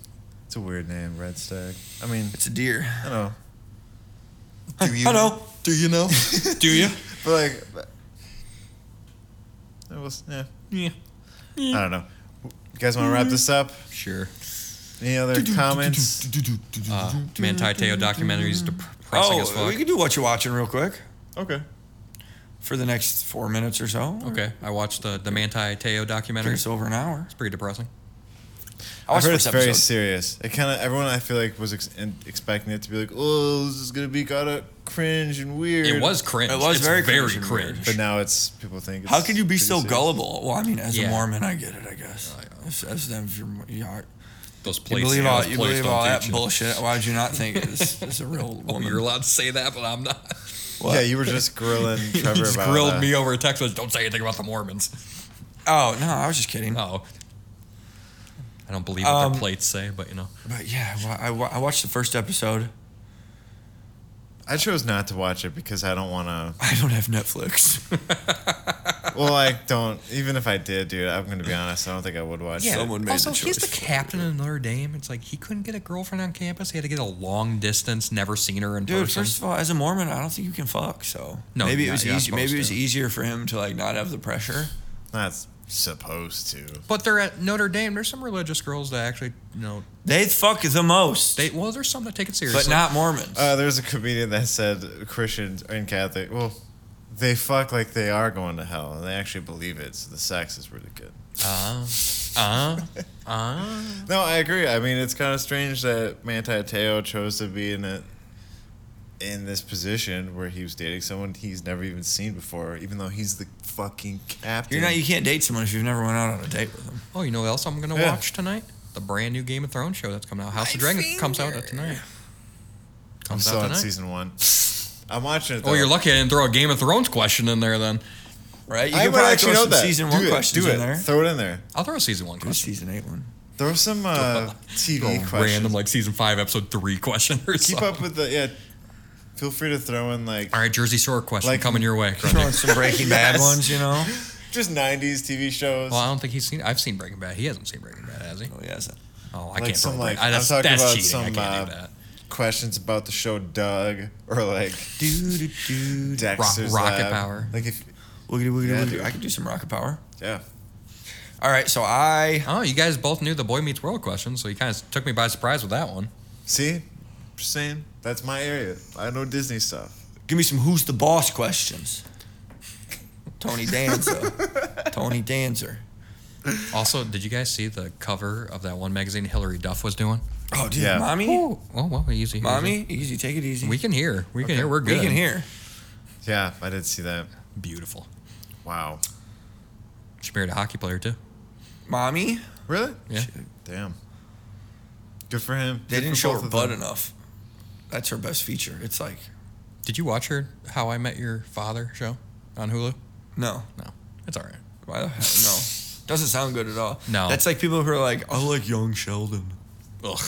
S3: It's a weird name, Red Stag. I mean,
S2: It's a deer.
S3: I know,
S2: Do you I know. Do you know?
S1: Do you?
S3: but like, but- it was yeah.
S1: Yeah.
S3: I don't know. You guys want to wrap this up?
S1: Sure.
S3: Any other comments?
S1: Uh, Manti Te'o documentary is depressing as
S2: oh, we
S1: fuck.
S2: can do what you're watching real quick
S3: Okay.
S2: for the next four minutes or so.
S1: Okay, I watched the, the Manti Te'o documentary.
S2: It's
S1: It's
S2: over an hour.
S1: pretty depressing.
S2: I
S3: I've
S2: watched
S3: heard
S2: first
S3: it's very
S2: episode.
S3: serious. It kind of everyone I feel like was ex- in- expecting it to be like, oh, this is gonna be kind of cringe and weird.
S1: It was cringe.
S2: It was
S1: It's
S2: very
S1: very
S2: cringe and
S1: cringe.
S2: weird.
S3: but now it's people think. It's
S2: How could you be
S3: pretty
S2: so
S3: serious.
S2: gullible? Well, I mean, as
S1: Yeah.
S2: a Mormon, I get it, I guess. As, as them, if you're, you are-
S1: Those
S2: you
S1: plates.
S2: believe
S1: yeah,
S2: all,
S1: those
S2: you
S1: plates
S2: believe
S1: don't
S2: all
S1: teach
S2: that
S1: you. Oh,
S2: bullshit. Why would you not think this, this is a real woman?
S1: You're allowed to say that, but I'm not.
S2: What?
S3: Yeah, you were just grilling Trevor
S1: he just
S3: about
S1: grilled
S2: uh,
S3: that.
S1: me over a text message. Don't say anything about the Mormons.
S2: Oh no, I was just kidding.
S1: No. I don't believe what
S2: Um,
S1: their plates say, but you know.
S2: But yeah, wa- I, wa- I watched the first episode.
S3: I chose not to watch it because I don't want to.
S2: I don't have Netflix.
S3: Well, I don't. Even if I did, dude, I'm going to be honest. I don't think I would watch it.
S2: someone made
S1: also,
S2: the
S1: he's the
S2: choice for
S1: captain of Notre Dame. It's like he couldn't get a girlfriend on campus. He had to get a long distance, never seen her in
S2: Dude,
S1: person.
S2: first of all, as a Mormon, I don't think you can fuck. So
S1: No,
S2: maybe it
S1: you're
S2: was
S1: not- you're not
S2: easy. Maybe it
S1: supposed
S2: was
S1: to.
S2: easier for him to like not have the pressure.
S3: Not supposed to.
S1: but they're at Notre Dame. There's some religious girls that actually, you know,
S2: They fuck the most,
S1: they well, there's some that take it seriously.
S2: but not Mormons.
S3: Uh, there was a comedian that said Christians and Catholic, well, they fuck like they are going to hell, and they actually believe it. So the sex is really good.
S1: Uh,
S3: No, I agree. I mean, it's kind of strange that Manti Te'o chose to be in a, in this position where he was dating someone he's never even seen before, even though he's the fucking captain.
S2: You're not. You can't date someone if you've never went out on a date with them.
S1: oh, you know what else I'm gonna
S3: Yeah.
S1: watch tonight? The brand new Game of Thrones show that's coming out. House of Dragon comes out tonight.
S3: I'm
S1: Comes
S3: still
S1: out
S3: on
S1: tonight.
S3: season one. I'm watching it. Though.
S1: Oh, you're lucky I didn't throw a Game of Thrones question in there. Then
S2: Right? You
S3: I
S2: can
S3: would
S2: probably throw
S3: actually know
S2: some
S3: that.
S2: season
S3: do
S2: one
S3: it.
S2: questions
S3: do it.
S2: in there.
S3: Throw it in there.
S1: I'll throw a season one
S2: Do a
S1: question.
S2: season eight one.
S3: Throw some uh,
S1: Throw a
S3: TV questions.
S1: random like season five episode three question or
S3: Keep
S1: something.
S3: up with the yeah. Feel free to throw in like
S1: All right, Jersey Shore question
S3: Like-
S1: coming your way.
S2: Throwing some Breaking Bad
S3: Yes.
S2: ones, you know.
S3: just '90s TV shows.
S1: Well, I don't think he's seen. I've seen Breaking Bad. He hasn't seen Breaking Bad, has he?
S2: Oh yes.
S1: Oh, I
S3: Like
S1: can't.
S3: some,
S1: throw a
S3: like-
S1: Breaking- I,
S3: I'm
S1: that's,
S3: talking
S1: that's
S3: about
S1: cheating. I
S3: some,
S1: can't do
S3: uh,
S1: that.
S3: Questions about the show Doug or like
S2: Do do do.
S3: Dexter's
S1: Rocket
S3: Lab.
S1: Power.
S3: Like if
S2: Wiggity, wiggity,
S3: Yeah,
S2: wiggity.
S3: dude.
S2: I could do some rocket power.
S3: yeah,
S2: All right, so I
S1: Oh, you guys both knew the Boy Meets World question, so you kind of took me by surprise with that one.
S3: see, just saying that's my area. I know Disney stuff.
S2: give me some who's the boss questions. Tony Danza. Tony Dancer.
S1: Also, did you guys see the cover of that one magazine Hillary Duff was doing?
S2: Oh, dude,
S3: Yeah.
S2: mommy,
S1: Oh, well, easy. easy.
S2: mommy, easy, take it easy.
S1: We can hear. We can hear. We're good.
S2: We can hear.
S3: Yeah, I did see that.
S1: Beautiful.
S3: Wow,
S1: She married a hockey player too.
S2: Mommy,
S3: really?
S1: Yeah.
S3: Damn. Good for him.
S2: they
S3: Good
S2: didn't
S3: for
S2: show
S3: both
S2: her
S3: of
S2: butt
S3: them.
S2: enough. That's her best feature. It's like
S1: Did you watch her How I Met Your Father show on Hulu?
S2: no,
S1: No, it's all right.
S2: Why the hell? no, doesn't sound good at all.
S1: No.
S2: that's like people who are like, I like Young Sheldon.
S1: Ugh.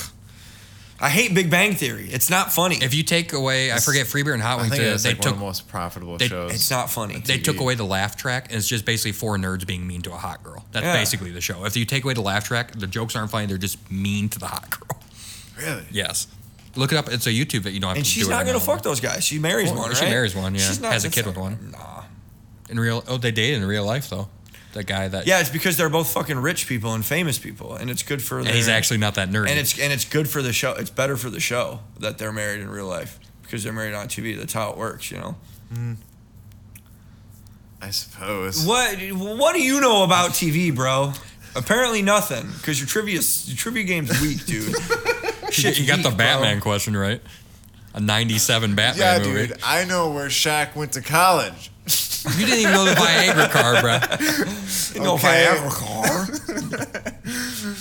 S2: I hate Big Bang Theory. It's not funny.
S1: If you take away, I forget Freebird and Hot
S3: I
S1: Wings,
S3: think
S1: uh,
S3: it's
S1: they
S3: like one
S1: took
S3: of the most profitable
S1: they-
S3: shows.
S2: it's not funny.
S1: they took
S3: TV.
S1: away the laugh track, and it's just basically four nerds being mean to a hot girl. That's
S2: Yeah.
S1: basically the show. If you take away the laugh track, the jokes aren't funny; they're just mean to the hot girl.
S3: really.
S1: Yes, look it up. It's a YouTube that you don't have
S2: and
S1: to
S2: she's
S1: do it
S2: not
S1: right
S2: gonna
S1: now.
S2: fuck those guys. She marries
S1: Well,
S2: one,
S1: she
S2: right?
S1: marries one, yeah.
S2: She's not
S1: Has a
S2: that's
S1: kid
S2: not-
S1: with one.
S2: Nah.
S1: in real. Oh, they dated in real life though. That guy that
S2: Yeah, it's because they're both fucking rich people and famous people, and it's good for.
S1: and he's
S2: their-
S1: actually not that nerdy.
S2: and it's and it's good for the show. It's better for the show that they're married in real life because they're married on TV. That's how it works, you know.
S3: I suppose.
S2: What What do you know about TV, bro? Apparently nothing, because your trivia your trivia game's weak, dude.
S1: you, you got the
S2: weak, bro.
S1: Batman question right. A '97 Batman
S3: Yeah,
S1: movie.
S3: dude. I know where Shaq went to college.
S1: You didn't even know the Viagra card, bro.
S2: You know if I
S3: Okay.
S2: ever car.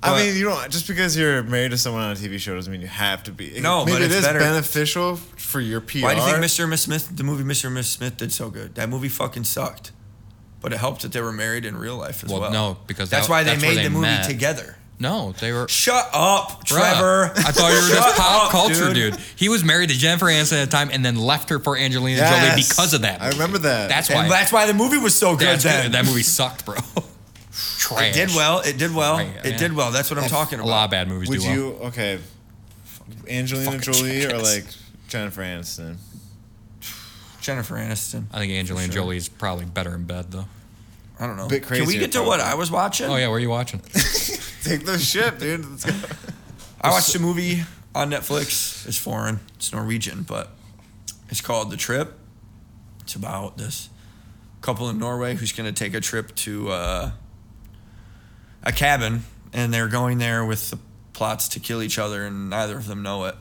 S3: I
S2: But-
S3: mean, you don't just because you're married to someone on a TV show doesn't mean you have to be.
S2: No,
S3: maybe
S2: but
S3: it
S2: it's
S3: is
S2: better-
S3: beneficial for your PR.
S2: Why do you think Mr. and Miss Smith, the movie Mr. and Miss Smith, did so good? That movie fucking sucked, but it helped that they were married in real life as well.
S1: Well, no, because
S2: that's
S1: that-
S2: why they
S1: that's where
S2: made
S1: they
S2: the movie
S1: met.
S2: together.
S1: No, they were.
S2: Shut up,
S1: Bruh,
S2: Trevor.
S1: I thought you were
S2: Shut
S1: just pop
S2: up,
S1: culture, dude. He was married to Jennifer Aniston at the time and then left her for Angelina
S3: Yes.
S1: Jolie because of that.
S3: I
S1: movie.
S3: remember that.
S1: That's why.
S2: And that's why the movie was so good
S1: that's
S2: then.
S1: good. That movie sucked, bro. Trash.
S2: It did well. It did well.
S1: Right,
S2: It
S1: yeah.
S2: did well. That's what I'm talking
S1: A
S2: about.
S1: lot of bad movies
S3: Would
S1: do well.
S3: you okay? Angelina
S1: fucking
S3: Jolie or
S1: jackass.
S3: like Jennifer Aniston?
S2: Jennifer Aniston.
S1: I think Angelina Jolie is probably better in bed though.
S2: I don't know.
S3: Bit
S2: Can we
S3: crazier,
S2: get to what
S3: probably.
S2: I was watching?
S1: Oh yeah, where are you watching?
S3: Take the ship, dude. Let's go.
S2: I watched a movie on Netflix. It's foreign. It's Norwegian, but it's called The Trip. It's about this couple in Norway who's going to take a trip to uh, a cabin, and they're going there with the plots to kill each other, and neither of them know it.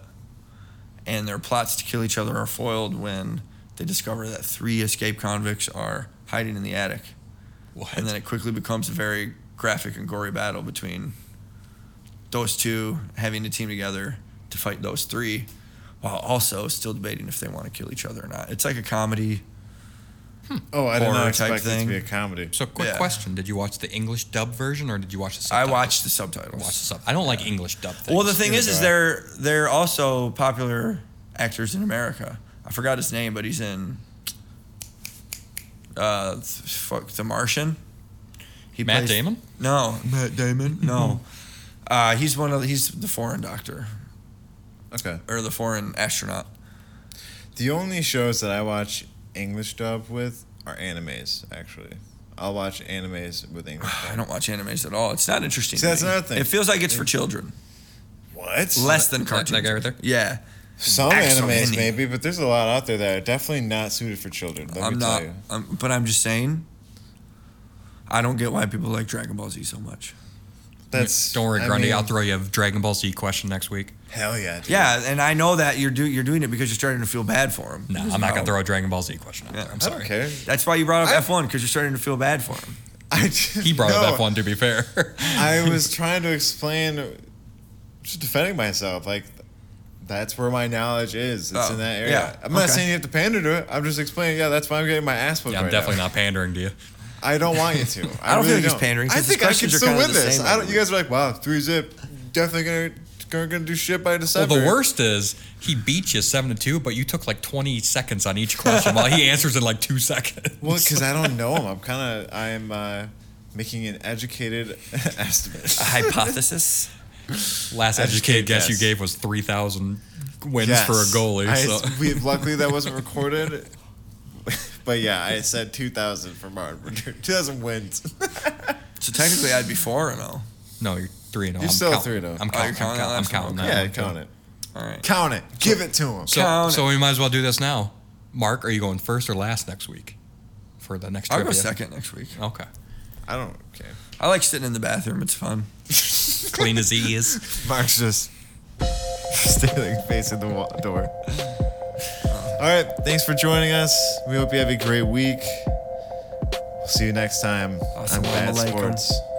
S2: And their plots to kill each other are foiled when they discover that three escape convicts are hiding in the attic.
S1: What?
S2: And then it quickly becomes a very graphic and gory battle between those two having a team together to fight those three while also still debating if they want to kill each other or not. It's like a comedy.
S3: Oh, I did
S2: Horror
S3: not
S2: type
S3: expect it
S2: thing.
S3: to be a comedy.
S1: So, quick
S2: Yeah.
S1: question: Did you watch the English dub version or did you watch the?
S2: I
S1: Subtitles?
S2: watched the
S1: I
S2: subtitles.
S1: watched the sub. I don't like English dub. Things.
S2: Well, the thing
S3: Neither
S2: is,
S3: do
S2: is
S3: I.
S2: they're they're also popular actors in America. I forgot his name, but he's in uh, th- fuck The Martian. He
S1: Matt Damon?
S2: No, Matt Damon. No,
S3: Mm-hmm.
S2: uh, he's one of the, he's the foreign doctor
S3: Okay.
S2: or the foreign astronaut.
S3: The only shows that I watch English dub with are animes, actually. I'll watch animes with English
S2: I
S3: dub.
S2: don't watch animes at all. It's not interesting.
S3: See,
S2: to
S3: that's
S2: me.
S3: another thing.
S2: It feels like it's for children,
S3: What?
S2: less than
S1: That- that
S2: cartoons.
S1: guy right there?
S2: Yeah,
S3: Some
S2: Actually,
S3: animes,
S2: any.
S3: maybe, but there's a lot out there that are definitely not suited for children. Let
S2: I'm
S3: me
S2: not.
S3: tell you.
S2: Um, but I'm just saying. I don't get why people like Dragon Ball Z so much.
S3: That's
S1: Don't worry,
S3: I
S1: Grundy.
S3: mean,
S1: I'll throw you a Dragon Ball Z question next week.
S3: Hell yeah, dude.
S2: Yeah, and I know that you're do, you're doing it because you're starting to feel bad for him.
S1: No, I'm not gonna throw a Dragon Ball Z question. Out there. I'm
S3: I don't
S1: sorry.
S3: care.
S2: That's why you brought up F1 because you're starting to feel bad for him.
S3: I just,
S1: He brought up
S3: no,
S1: F1. To be fair,
S3: I was trying to explain, just defending myself. Like, that's where my knowledge is. It's
S2: Oh,
S3: in that area.
S2: yeah,
S3: I'm not
S2: okay.
S3: saying you have to pander to it. I'm just explaining. Yeah, that's why I'm getting my ass whooped.
S1: yeah, I'm
S3: right
S1: definitely
S3: now.
S1: not pandering to you.
S3: I don't want you to. I,
S2: I don't
S3: really
S2: think he's pandering, 'cause
S3: I
S2: his
S3: think I should
S2: questions are
S3: still
S2: kinda
S3: win
S2: the
S3: this.
S2: same
S3: I don't, you
S2: anyway.
S3: guys are like, wow, three zip, definitely gonna gonna, gonna do shit by
S1: Well,
S3: December.
S1: the worst is he beat you seven to two, but you took like 20 seconds on each question while he answers in like two seconds.
S3: Well, because I don't know him. I'm kind of I'm uh, making an educated estimate.
S2: A hypothesis.
S1: Last educated
S3: Educated
S1: guess, you
S3: guess.
S1: gave was 3,000 wins
S3: Yes.
S1: for a goalie.
S3: I-
S1: so.
S3: we, luckily, that wasn't recorded. But yeah, I said 2,000 for Martin Brodeur. 2,000 wins.
S2: so technically, I'd be four and oh. zero.
S1: No, you're three and zero.
S3: You're
S1: I'm
S3: still
S1: count-
S3: three and oh.
S1: I'm
S3: Oh,
S1: counting.
S2: you're counting
S1: I'm,
S2: that last
S1: counting.
S2: one.
S1: that
S3: yeah,
S1: one.
S3: count it.
S2: All right.
S3: Count it. Give it to him.
S1: So,
S2: Count
S1: so we might as well do this now. Mark, are you going first or last next week for the next?
S2: I'll go
S1: trivia?
S2: second next week.
S1: Okay.
S3: I don't care.
S2: I like sitting in the bathroom. It's fun.
S4: Clean as he is.
S3: Mark's just staring facing the wa- door. All right. Thanks for joining us. We hope you have a great week. We'll see you next time on
S2: Assalamu
S3: Bad
S2: alaikum.
S3: Sports.